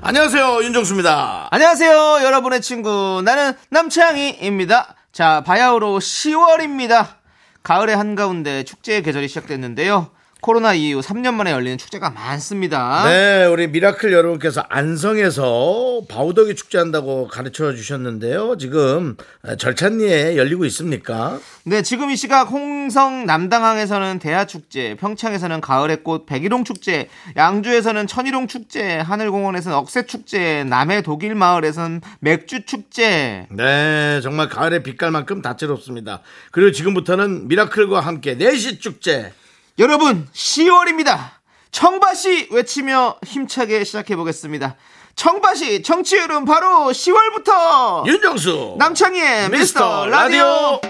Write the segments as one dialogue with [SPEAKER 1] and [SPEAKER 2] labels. [SPEAKER 1] 안녕하세요 윤정수입니다.
[SPEAKER 2] 안녕하세요, 여러분의 친구. 나는 남창희입니다. 자, 바야흐로 10월입니다. 가을의 한가운데 축제의 계절이 시작됐는데요. 코로나 이후 3년 만에 열리는 축제가 많습니다.
[SPEAKER 1] 네, 우리 미라클 여러분께서 안성에서 바우덕이 축제한다고 가르쳐 주셨는데요. 지금 절찬리에 열리고 있습니까?
[SPEAKER 2] 네, 지금 이 시각 홍성 남당항에서는 대하축제, 평창에서는 가을의 꽃 백일홍 축제, 양주에서는 천일홍 축제, 하늘공원에서는 억새 축제, 남해 독일 마을에서는 맥주 축제.
[SPEAKER 1] 네, 정말 가을의 빛깔만큼 다채롭습니다. 그리고 지금부터는 미라클과 함께 4시 축제.
[SPEAKER 2] 여러분, 10월입니다. 청바시 외치며 힘차게 시작해 보겠습니다. 청바시 청취율은 바로 10월부터
[SPEAKER 1] 윤정수!
[SPEAKER 2] 남창희의 미스터 라디오.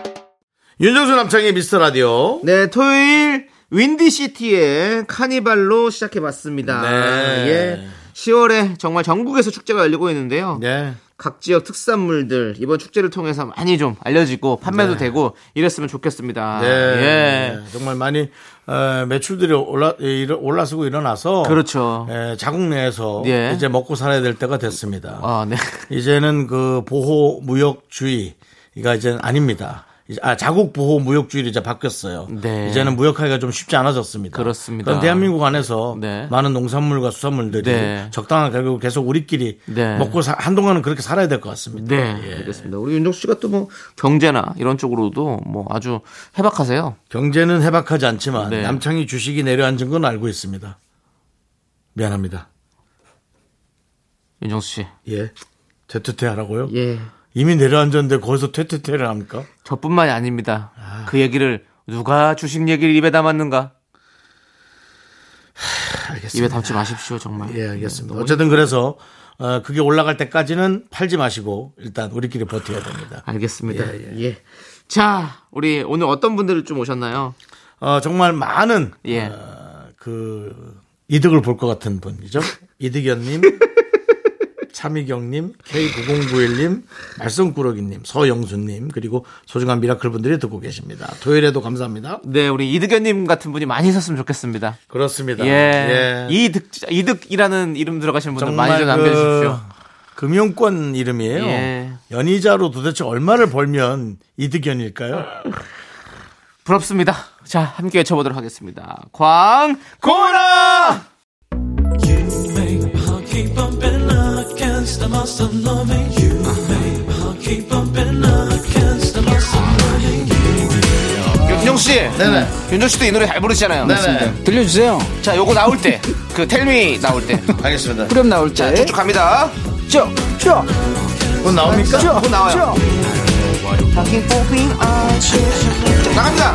[SPEAKER 1] 윤정수 남창의 미스터 라디오.
[SPEAKER 2] 네, 토요일 윈디시티의 카니발로 시작해 봤습니다.
[SPEAKER 1] 네.
[SPEAKER 2] 예. 10월에 정말 전국에서 축제가 열리고 있는데요.
[SPEAKER 1] 네.
[SPEAKER 2] 각 지역 특산물들 이번 축제를 통해서 많이 좀 알려지고 판매도 되고 이랬으면 좋겠습니다.
[SPEAKER 1] 네.
[SPEAKER 2] 아, 예.
[SPEAKER 1] 정말 많이 어, 매출들이 올라 예, 일어- 올라서고 일어나서
[SPEAKER 2] 그렇죠.
[SPEAKER 1] 예, 자국 내에서
[SPEAKER 2] 예.
[SPEAKER 1] 이제 먹고 살아야 될 때가 됐습니다.
[SPEAKER 2] 아, 네.
[SPEAKER 1] 이제는 그 보호 무역주의가 이제 아닙니다. 이제- 아, 자국 보호 무역주의로 이제 바뀌었어요.
[SPEAKER 2] 네.
[SPEAKER 1] 이제는 무역하기가 좀 쉽지 않아졌습니다.
[SPEAKER 2] 그렇습니다.
[SPEAKER 1] 그럼 대한민국 안에서
[SPEAKER 2] 네.
[SPEAKER 1] 많은 농산물과 수산물들이
[SPEAKER 2] 네.
[SPEAKER 1] 적당한 가격으로 계속 우리끼리
[SPEAKER 2] 네.
[SPEAKER 1] 먹고 사- 한동안은 그렇게 살아야 될 것 같습니다.
[SPEAKER 2] 네, 알겠습니다. 우리 윤정수 씨가 또 뭐 경제나 이런 쪽으로도 뭐 아주 해박하세요.
[SPEAKER 1] 경제는 해박하지 않지만
[SPEAKER 2] 네.
[SPEAKER 1] 남창이 주식이 내려앉은 건 알고 있습니다. 미안합니다.
[SPEAKER 2] 윤정수 씨.
[SPEAKER 1] 예. 퇴퇴퇴 하라고요?
[SPEAKER 2] 예.
[SPEAKER 1] 이미 내려앉았는데 거기서 퇴퇴퇴를 합니까?
[SPEAKER 2] 저뿐만이 아닙니다. 그 얘기를 누가 주식 얘기를 입에 담았는가?
[SPEAKER 1] 알겠습니다.
[SPEAKER 2] 입에 담지 마십시오, 정말.
[SPEAKER 1] 예, 알겠습니다. 어쨌든 그래서 어, 그게 올라갈 때까지는 팔지 마시고 일단 우리끼리 버텨야 됩니다.
[SPEAKER 2] 알겠습니다. 예, 자, 우리 오늘 어떤 분들을 좀 오셨나요?
[SPEAKER 1] 어, 정말 많은
[SPEAKER 2] 예.
[SPEAKER 1] 어, 그 이득을 볼 것 같은 분이죠. 이득연님, 차미경님, K9091님, 말썽꾸러기님, 서영수님 그리고 소중한 미라클 분들이 듣고 계십니다. 토요일에도 감사합니다.
[SPEAKER 2] 네, 우리 이득연님 같은 분이 많이 있었으면 좋겠습니다.
[SPEAKER 1] 그렇습니다.
[SPEAKER 2] 예.
[SPEAKER 1] 아, 예.
[SPEAKER 2] 이득, 이득이라는 이름 들어가신 분들
[SPEAKER 1] 정말
[SPEAKER 2] 많이 좀 남겨주십시오.
[SPEAKER 1] 그 금융권 이름이에요.
[SPEAKER 2] 예.
[SPEAKER 1] 연이자로 도대체 얼마를 벌면 이득연일까요?
[SPEAKER 2] 부럽습니다. 자, 함께 외쳐보도록 하겠습니다. 광고라! 윤정씨, 네네. 윤정씨도 이 노래 잘 부르시잖아요.
[SPEAKER 1] 네네.
[SPEAKER 3] 들려주세요.
[SPEAKER 2] 자, 요거 나올 때, 그 텔미 나올 때,
[SPEAKER 1] 알겠습니다.
[SPEAKER 3] 그럼 나올 때.
[SPEAKER 2] 쭉쭉 갑니다.
[SPEAKER 3] 쭉, 쭉,
[SPEAKER 1] 곧 나옵니까?
[SPEAKER 3] 쭉,
[SPEAKER 2] 곧 어, 나와요.
[SPEAKER 3] 쭉.
[SPEAKER 2] 쭉 나갑니다.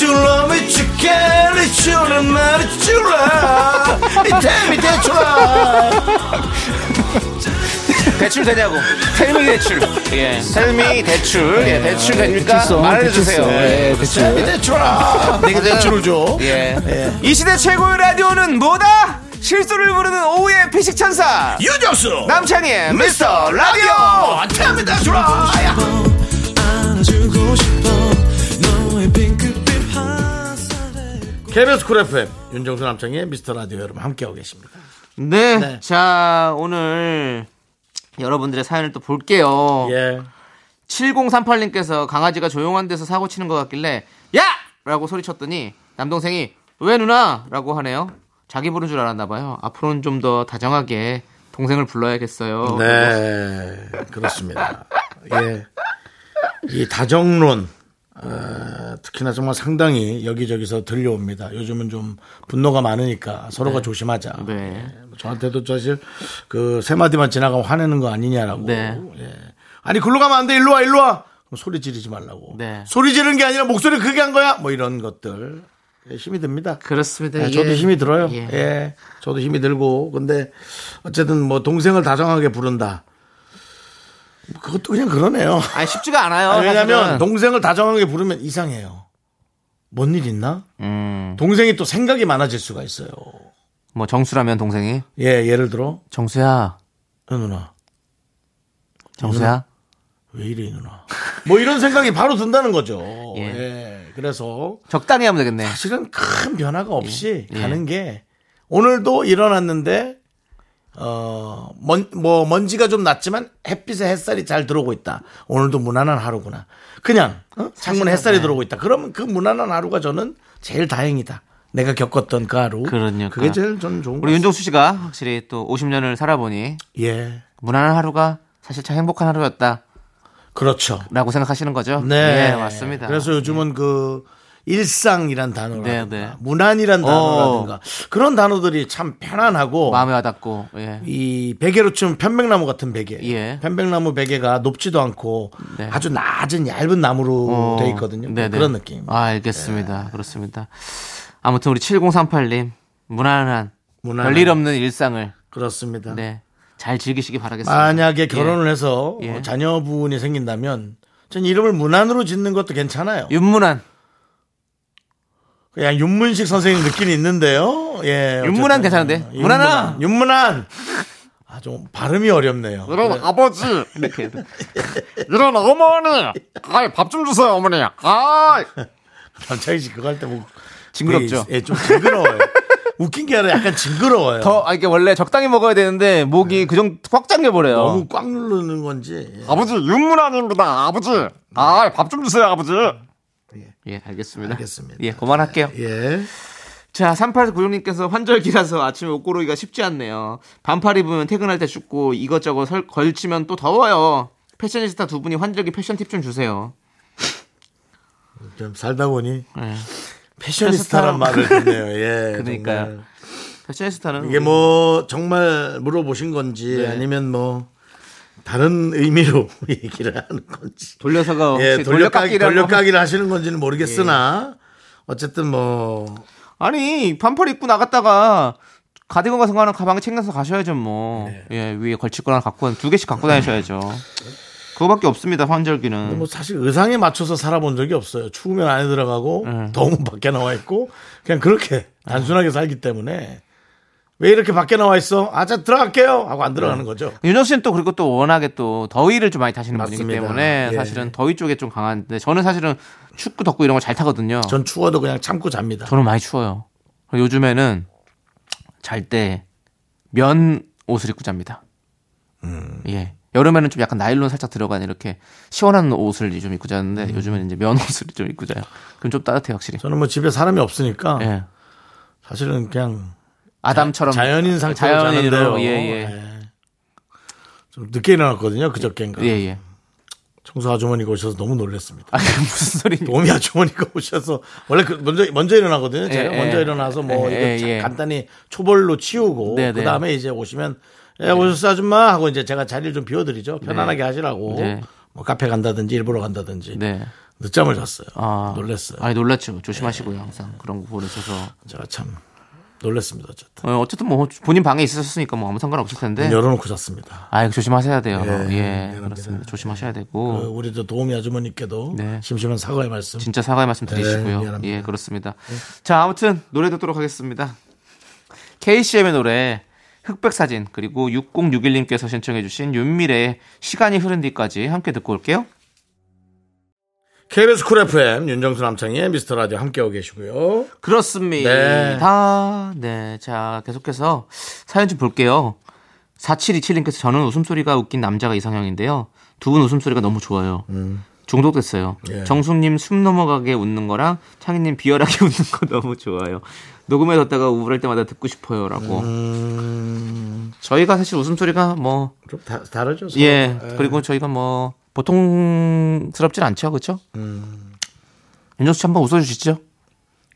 [SPEAKER 1] You love me, you care, it's your man, it's your love. It's me, that's your love.
[SPEAKER 2] 대출 되냐고. 텔미 대출. 예. 텔미 대출. 예, 대출 됩니까?
[SPEAKER 3] 대출성,
[SPEAKER 2] 말해주세요.
[SPEAKER 3] 대출성.
[SPEAKER 2] 예.
[SPEAKER 3] 예, 대출.
[SPEAKER 1] It's me, that's your love. 내게 대출을 줘.
[SPEAKER 2] 예. 이 시대 최고의 라디오는 뭐다? 실수를 부르는 오후의 피식천사.
[SPEAKER 1] 유정수
[SPEAKER 2] 남창희의 미스터 라디오!
[SPEAKER 1] 어, tell me that's your love. KBS 쿨 FM 윤정수 남창의 미스터 라디오 여러분 함께하고 계십니다.
[SPEAKER 2] 네.
[SPEAKER 1] 네.
[SPEAKER 2] 자, 오늘 여러분들의 사연을 또 볼게요.
[SPEAKER 1] 예.
[SPEAKER 2] 7038님께서 강아지가 조용한 데서 사고 치는 것 같길래 야! 라고 소리쳤더니 남동생이 왜 누나? 라고 하네요. 자기 부른 줄 알았나 봐요. 앞으로는 좀 더 다정하게 동생을 불러야겠어요.
[SPEAKER 1] 네, 그렇습니다. 예. 이 다정론, 어, 특히나 정말 상당히 여기저기서 들려옵니다. 요즘은 좀 분노가 많으니까 서로가 조심하자.
[SPEAKER 2] 네.
[SPEAKER 1] 저한테도 사실 그 세 마디만 지나가면 화내는 거 아니냐라고.
[SPEAKER 2] 네.
[SPEAKER 1] 예. 아니, 글로 가면 안 돼. 일로 와, 일로 와. 그럼 소리 지르지 말라고.
[SPEAKER 2] 네.
[SPEAKER 1] 소리 지르는 게 아니라 목소리 크게 한 거야. 뭐 이런 것들. 힘이 듭니다.
[SPEAKER 2] 그렇습니다.
[SPEAKER 1] 예,
[SPEAKER 2] 이게-
[SPEAKER 1] 저도 힘이 들어요.
[SPEAKER 2] 네, 예.
[SPEAKER 1] 예. 저도 힘이 들고 근데 어쨌든 뭐 동생을 다정하게 부른다. 그것도 그냥 그러네요.
[SPEAKER 2] 아니 쉽지가 않아요.
[SPEAKER 1] 아니, 왜냐면
[SPEAKER 2] 사실은.
[SPEAKER 1] 동생을 다정하게 부르면 이상해요. 뭔 일 있나?
[SPEAKER 2] 음,
[SPEAKER 1] 동생이 또 생각이 많아질 수가 있어요.
[SPEAKER 2] 뭐 정수라면 동생이
[SPEAKER 1] 예, 예를 들어
[SPEAKER 2] 정수야,
[SPEAKER 1] 어, 누나
[SPEAKER 2] 정수야.
[SPEAKER 1] 왜 이래 이 누나 뭐 이런 생각이 바로 든다는 거죠.
[SPEAKER 2] 예.
[SPEAKER 1] 예. 그래서
[SPEAKER 2] 적당히 하면 되겠네.
[SPEAKER 1] 사실은 큰 변화가 없이
[SPEAKER 2] 예.
[SPEAKER 1] 가는 게 오늘도 일어났는데 어먼 뭐 먼지가 좀 났지만 햇빛에 햇살이 잘 들어오고 있다. 오늘도 무난한 하루구나. 그냥 어? 창문에
[SPEAKER 2] 네.
[SPEAKER 1] 햇살이 들어오고 있다. 그러면 그 무난한 하루가 저는 제일 다행이다. 내가 겪었던 그 하루.
[SPEAKER 2] 그러니까.
[SPEAKER 1] 그게 제일 저는 좋은
[SPEAKER 2] 우리
[SPEAKER 1] 거.
[SPEAKER 2] 윤종수 씨가 확실히 또 50년을 살아보니
[SPEAKER 1] 예.
[SPEAKER 2] 무난한 하루가 사실 참 행복한 하루였다라고
[SPEAKER 1] 그렇죠.
[SPEAKER 2] 생각하시는 거죠.
[SPEAKER 1] 네.
[SPEAKER 2] 예, 맞습니다.
[SPEAKER 1] 그래서 요즘은 그 일상이란 단어라든가
[SPEAKER 2] 네, 네.
[SPEAKER 1] 무난이란
[SPEAKER 2] 어.
[SPEAKER 1] 단어라든가 그런 단어들이 참 편안하고
[SPEAKER 2] 마음에 와닿고 예.
[SPEAKER 1] 이 베개로 치면 편백나무 같은 베개.
[SPEAKER 2] 예.
[SPEAKER 1] 편백나무 베개가 높지도 않고
[SPEAKER 2] 네.
[SPEAKER 1] 아주 낮은 얇은 나무로
[SPEAKER 2] 어,
[SPEAKER 1] 돼 있거든요. 뭐
[SPEAKER 2] 네네.
[SPEAKER 1] 그런 느낌.
[SPEAKER 2] 아, 알겠습니다. 그렇습니다. 아무튼 우리 7038님 무난한
[SPEAKER 1] 무난한.
[SPEAKER 2] 별일 없는 일상을
[SPEAKER 1] 그렇습니다.
[SPEAKER 2] 네. 잘 즐기시기 바라겠습니다.
[SPEAKER 1] 만약에
[SPEAKER 2] 예.
[SPEAKER 1] 결혼을 해서
[SPEAKER 2] 예.
[SPEAKER 1] 어, 자녀분이 생긴다면 전 이름을 무난으로 짓는 것도 괜찮아요.
[SPEAKER 2] 윤문한
[SPEAKER 1] 그냥 윤문식 선생님 느낌이 있는데요. 예.
[SPEAKER 2] 윤문안
[SPEAKER 1] 어쨌든.
[SPEAKER 2] 괜찮은데?
[SPEAKER 1] 윤문안.
[SPEAKER 2] 문안아!
[SPEAKER 1] 윤문안. 아, 좀 발음이 어렵네요.
[SPEAKER 3] 이런 아버지 이렇게 이런 어머니 아이 밥 좀 주세요 어머니 아이
[SPEAKER 1] 남창희 씨 그거 할 때 뭐.
[SPEAKER 2] 징그럽죠?
[SPEAKER 1] 되게, 예, 좀 징그러워요. 웃긴 게 아니라 약간 징그러워요.
[SPEAKER 2] 더 아, 이게 원래 적당히 먹어야 되는데
[SPEAKER 3] 네.
[SPEAKER 2] 목이 그 정도 꽉 잠겨 버려요.
[SPEAKER 1] 너무 꽉 누르는 건지.
[SPEAKER 2] 어.
[SPEAKER 1] 예.
[SPEAKER 3] 아버지 윤문안입니다 아버지 아이 밥 좀 주세요 아버지
[SPEAKER 2] 예, 알겠습니다.
[SPEAKER 1] 알겠습니다.
[SPEAKER 2] 예, 그만할게요.
[SPEAKER 1] 예.
[SPEAKER 2] 자, 3896님께서 환절기라서 아침에 옷 고르기가 쉽지 않네요. 반팔 입으면 퇴근할 때 춥고 이것저것 설- 걸치면 또 더워요. 패셔니스타 두 분이 환절기 패션 팁 좀 주세요.
[SPEAKER 1] 좀 살다 보니
[SPEAKER 2] 예.
[SPEAKER 1] 패셔니스타란 말을 듣네요. 예.
[SPEAKER 2] 그러니까요.
[SPEAKER 1] 정말.
[SPEAKER 2] 패셔니스타는
[SPEAKER 1] 이게 뭐 정말 물어보신 건지
[SPEAKER 2] 네.
[SPEAKER 1] 아니면 뭐 다른 의미로 얘기를 하는 건지.
[SPEAKER 2] 돌려서가 혹시
[SPEAKER 1] 예, 돌려깎기,
[SPEAKER 2] 돌려깎기라고 예.
[SPEAKER 1] 돌려깎이를 하시는 건지는 모르겠으나 어쨌든 뭐
[SPEAKER 2] 아니 반팔 입고 나갔다가 가디건 같은 거 하나 가방에 챙겨서 가셔야죠 뭐.
[SPEAKER 1] 네.
[SPEAKER 2] 예, 위에 걸칠 거나 갖고 한 두 개씩 갖고 다니셔야죠. 그거밖에 없습니다 환절기는.
[SPEAKER 1] 뭐 사실 의상에 맞춰서 살아본 적이 없어요. 추우면 안에 들어가고
[SPEAKER 2] 음.
[SPEAKER 1] 더우면 밖에 나와 있고 그냥 그렇게 단순하게 살기 때문에 왜 이렇게 밖에 나와 있어? 아, 자 들어갈게요 하고 안
[SPEAKER 2] 예.
[SPEAKER 1] 들어가는 거죠.
[SPEAKER 2] 윤정 씨는 또 그리고 또 워낙에 또 더위를 좀 많이 타시는 분이기
[SPEAKER 1] 맞습니다.
[SPEAKER 2] 때문에
[SPEAKER 1] 예.
[SPEAKER 2] 사실은 더위 쪽에 좀 강한데 저는 사실은 춥고 덥고 이런 걸 잘 타거든요.
[SPEAKER 1] 전 추워도 그냥 참고 잡니다.
[SPEAKER 2] 저는 많이 추워요. 그리고 요즘에는 잘 때 면 옷을 입고 잡니다.
[SPEAKER 1] 음.
[SPEAKER 2] 예. 여름에는 좀 약간 나일론 살짝 들어간 이렇게 시원한 옷을 좀 입고 자는데 요즘에는 이제 면 옷을 좀 입고 자요. 그럼 좀 따뜻해 요 확실히.
[SPEAKER 1] 음. 저는 뭐 집에 사람이 없으니까
[SPEAKER 2] 예.
[SPEAKER 1] 사실은 그냥
[SPEAKER 2] 아담처럼
[SPEAKER 1] 자연인 상태로
[SPEAKER 2] 자연인으로,
[SPEAKER 1] 자는데요.
[SPEAKER 2] 예,
[SPEAKER 1] 예,
[SPEAKER 2] 예.
[SPEAKER 1] 좀 늦게 일어났거든요. 그저께인가.
[SPEAKER 2] 예, 예.
[SPEAKER 1] 청소 아주머니가 오셔서 너무 놀랐습니다.
[SPEAKER 2] 아, 그게 무슨 소리입니까?
[SPEAKER 1] 도미 아주머니가 오셔서 원래 그 먼저 먼저 일어나거든요. 제가
[SPEAKER 2] 예,
[SPEAKER 1] 먼저
[SPEAKER 2] 예.
[SPEAKER 1] 일어나서 뭐 이거
[SPEAKER 2] 예, 예,
[SPEAKER 1] 자-
[SPEAKER 2] 예.
[SPEAKER 1] 간단히 초벌로 치우고
[SPEAKER 2] 네, 네.
[SPEAKER 1] 그 다음에 이제 오시면 예, 오셨어 아줌마 하고 이제 제가 자리를 좀 비워드리죠. 편안하게 하시라고
[SPEAKER 2] 네.
[SPEAKER 1] 뭐 카페 간다든지 일부러 간다든지
[SPEAKER 2] 네.
[SPEAKER 1] 늦잠을 잤어요.
[SPEAKER 2] 아.
[SPEAKER 1] 놀랐어요.
[SPEAKER 2] 아니 놀랐죠. 조심하시고요. 항상 그런 거 보내셔서.
[SPEAKER 1] 제가 참 놀랐습니다. 어쨌든
[SPEAKER 2] 어, 어쨌든 뭐 본인 방에 있으셨으니까 뭐 아무 상관 없을 텐데.
[SPEAKER 1] 문 열어놓고 잤습니다.
[SPEAKER 2] 아, 이거 조심하셔야 돼요.
[SPEAKER 1] 예,
[SPEAKER 2] 예.
[SPEAKER 1] 미안합니다.
[SPEAKER 2] 그렇습니다. 조심하셔야
[SPEAKER 1] 어,
[SPEAKER 2] 되고.
[SPEAKER 1] 우리도 도우미 아주머니께도
[SPEAKER 2] 네.
[SPEAKER 1] 심심한 사과의 말씀.
[SPEAKER 2] 진짜 사과의 말씀 드리시고요.
[SPEAKER 1] 네, 미안합니다.
[SPEAKER 2] 예, 그렇습니다. 자, 아무튼 노래 듣도록 하겠습니다. KCM의 노래 흑백 사진 그리고 6061님께서 신청해 주신 윤미래의 시간이 흐른 뒤까지 함께 듣고 올게요.
[SPEAKER 1] KBS 쿨 FM 윤정수 남창희의 미스터 라디오 함께하고 계시고요.
[SPEAKER 2] 그렇습니다. 네. 자, 계속해서 사연 좀 볼게요. 4727님께서 저는 웃음소리가 웃긴 남자가 이상형인데요. 두 분 웃음소리가 너무 좋아요. 중독됐어요.
[SPEAKER 1] 예.
[SPEAKER 2] 정숙님 숨 넘어가게 웃는 거랑 창희님 비열하게 웃는 거 너무 좋아요. 녹음해 뒀다가 우울할 때마다 듣고 싶어요. 라고. 저희가 사실 웃음소리가 뭐,
[SPEAKER 1] 좀 다, 다르죠. 서로?
[SPEAKER 2] 예. 그리고 저희가 뭐, 음. 보통스럽진 않죠. 그쵸? 윤정수 씨 한번 웃어주시죠.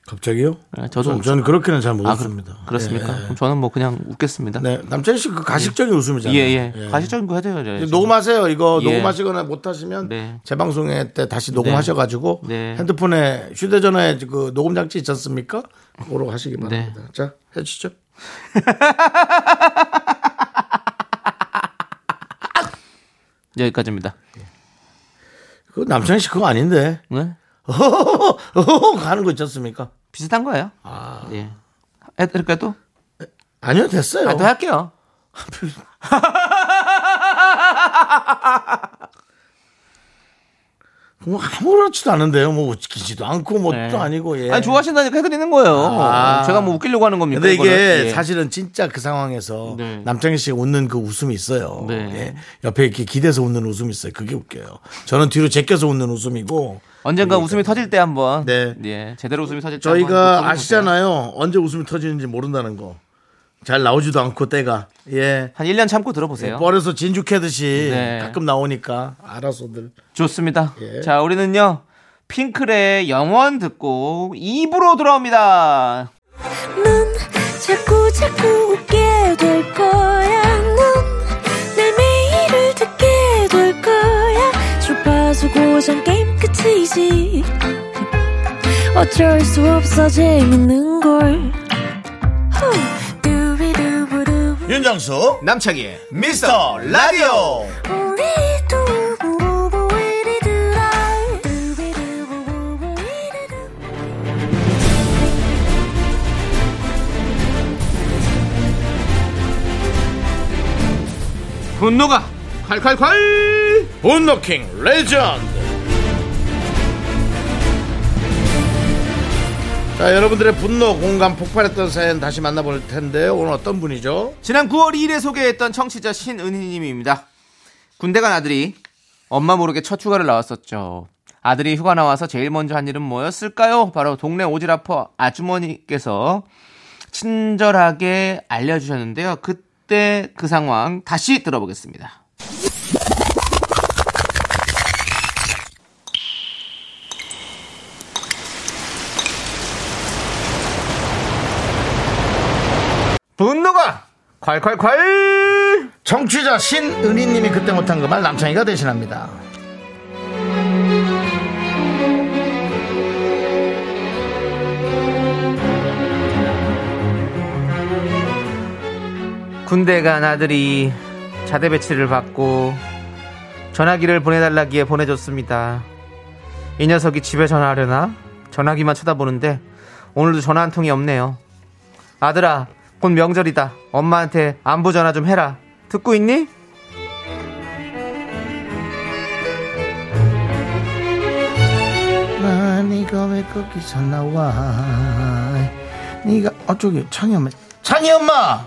[SPEAKER 1] 갑자기요?
[SPEAKER 2] 네, 저도 웃-
[SPEAKER 1] 저는 그렇게는 잘 못
[SPEAKER 2] 아,
[SPEAKER 1] 웃습니다.
[SPEAKER 2] 그, 그렇습니까?
[SPEAKER 1] 예, 예.
[SPEAKER 2] 그럼 저는 뭐 그냥 웃겠습니다.
[SPEAKER 1] 네, 남철 씨 그 가식적인 웃음이잖아요.
[SPEAKER 2] 예, 예. 가시적인 거 해줘요.
[SPEAKER 1] 이제 녹음하세요. 이거
[SPEAKER 2] 예.
[SPEAKER 1] 녹음하시거나 못하시면
[SPEAKER 2] 네.
[SPEAKER 1] 재방송회 때 다시 녹음하셔가지고
[SPEAKER 2] 네.
[SPEAKER 1] 핸드폰에 휴대전화에 그 녹음 장치 있지 않습니까? 그거로 하시기
[SPEAKER 2] 네.
[SPEAKER 1] 바랍니다. 자, 해주시죠.
[SPEAKER 2] 여기까지입니다.
[SPEAKER 1] 그 남창희 씨 그거 아닌데.
[SPEAKER 2] 네?
[SPEAKER 1] 어허허허허 하는 거 있지 않습니까?
[SPEAKER 2] 비슷한 거예요.
[SPEAKER 1] 아.
[SPEAKER 2] 예. 해 드릴까요 또?
[SPEAKER 1] 아니요, 됐어요.
[SPEAKER 2] 아, 또 할게요.
[SPEAKER 1] 뭐 아무렇지도 않은데요. 뭐 웃기지도 않고 뭐 또
[SPEAKER 2] 네.
[SPEAKER 1] 아니고. 예.
[SPEAKER 2] 아니, 좋아하신다니까 해드리는 거예요.
[SPEAKER 1] 아.
[SPEAKER 2] 제가 뭐 웃기려고 하는 겁니까?
[SPEAKER 1] 근데 이게
[SPEAKER 2] 이거는? 예.
[SPEAKER 1] 사실은 진짜 그 상황에서
[SPEAKER 2] 네.
[SPEAKER 1] 남창희 씨가 웃는 그 웃음이 있어요.
[SPEAKER 2] 네.
[SPEAKER 1] 예. 옆에 이렇게 기대서 웃는 웃음이 있어요. 그게 웃겨요. 저는 뒤로 제껴서 웃는 웃음이고
[SPEAKER 2] 언젠가 웃음이 터질 때 한번
[SPEAKER 1] 네.
[SPEAKER 2] 예, 제대로 웃음이 터질 때 한번
[SPEAKER 1] 저희가
[SPEAKER 2] 웃어보세요.
[SPEAKER 1] 아시잖아요. 언제 웃음이 터지는지 모른다는 거. 잘 나오지도 않고 때가. 예.
[SPEAKER 2] 한 1년 참고 들어보세요.
[SPEAKER 1] 뻘에서 진주 캐듯이
[SPEAKER 2] 네.
[SPEAKER 1] 가끔 나오니까 알아서들.
[SPEAKER 2] 좋습니다.
[SPEAKER 1] 예.
[SPEAKER 2] 자, 우리는요. 핑클의 영원 듣고 입으로 돌아옵니다.
[SPEAKER 4] 넌 자꾸 자꾸 웃게 될 거야. 넌내 매일을 듣게 될 거야. 주파수 고정 게임 끝이지. 어쩔 수 없어 재밌는 걸. 후. 두비두부두.
[SPEAKER 1] 윤정수 남창희 미스터 라디오.
[SPEAKER 4] 우리 두부부부 우리들아. 두비두부부부 우리들아.
[SPEAKER 2] 분노가 칼칼칼!
[SPEAKER 1] 분노킹 레전드. 자, 여러분들의 분노 공감 폭발했던 사연 다시 만나볼 텐데요. 오늘 어떤 분이죠?
[SPEAKER 2] 지난 9월 2일에 소개했던 청취자 신은희님입니다. 군대 간 아들이 엄마 모르게 첫 휴가를 나왔었죠. 아들이 휴가 나와서 제일 먼저 한 일은 뭐였을까요? 바로 동네 오지라퍼 아주머니께서 친절하게 알려주셨는데요. 그때 그 상황 다시 들어보겠습니다. 분노가 콸콸콸!
[SPEAKER 1] 정취자 신은희님이 그때 못한 그 말 남창희가 대신합니다.
[SPEAKER 2] 군대 간 아들이 자대 배치를 받고 전화기를 보내달라기에 보내줬습니다. 이 녀석이 집에 전화하려나? 전화기만 쳐다보는데 오늘도 전화 한 통이 없네요. 아들아, 곧 명절이다. 엄마한테 안부 전화 좀 해라. 듣고 있니?
[SPEAKER 1] 나 네가 왜 거기서 나와? 네가 어 저기 창희 엄마. 창희 엄마.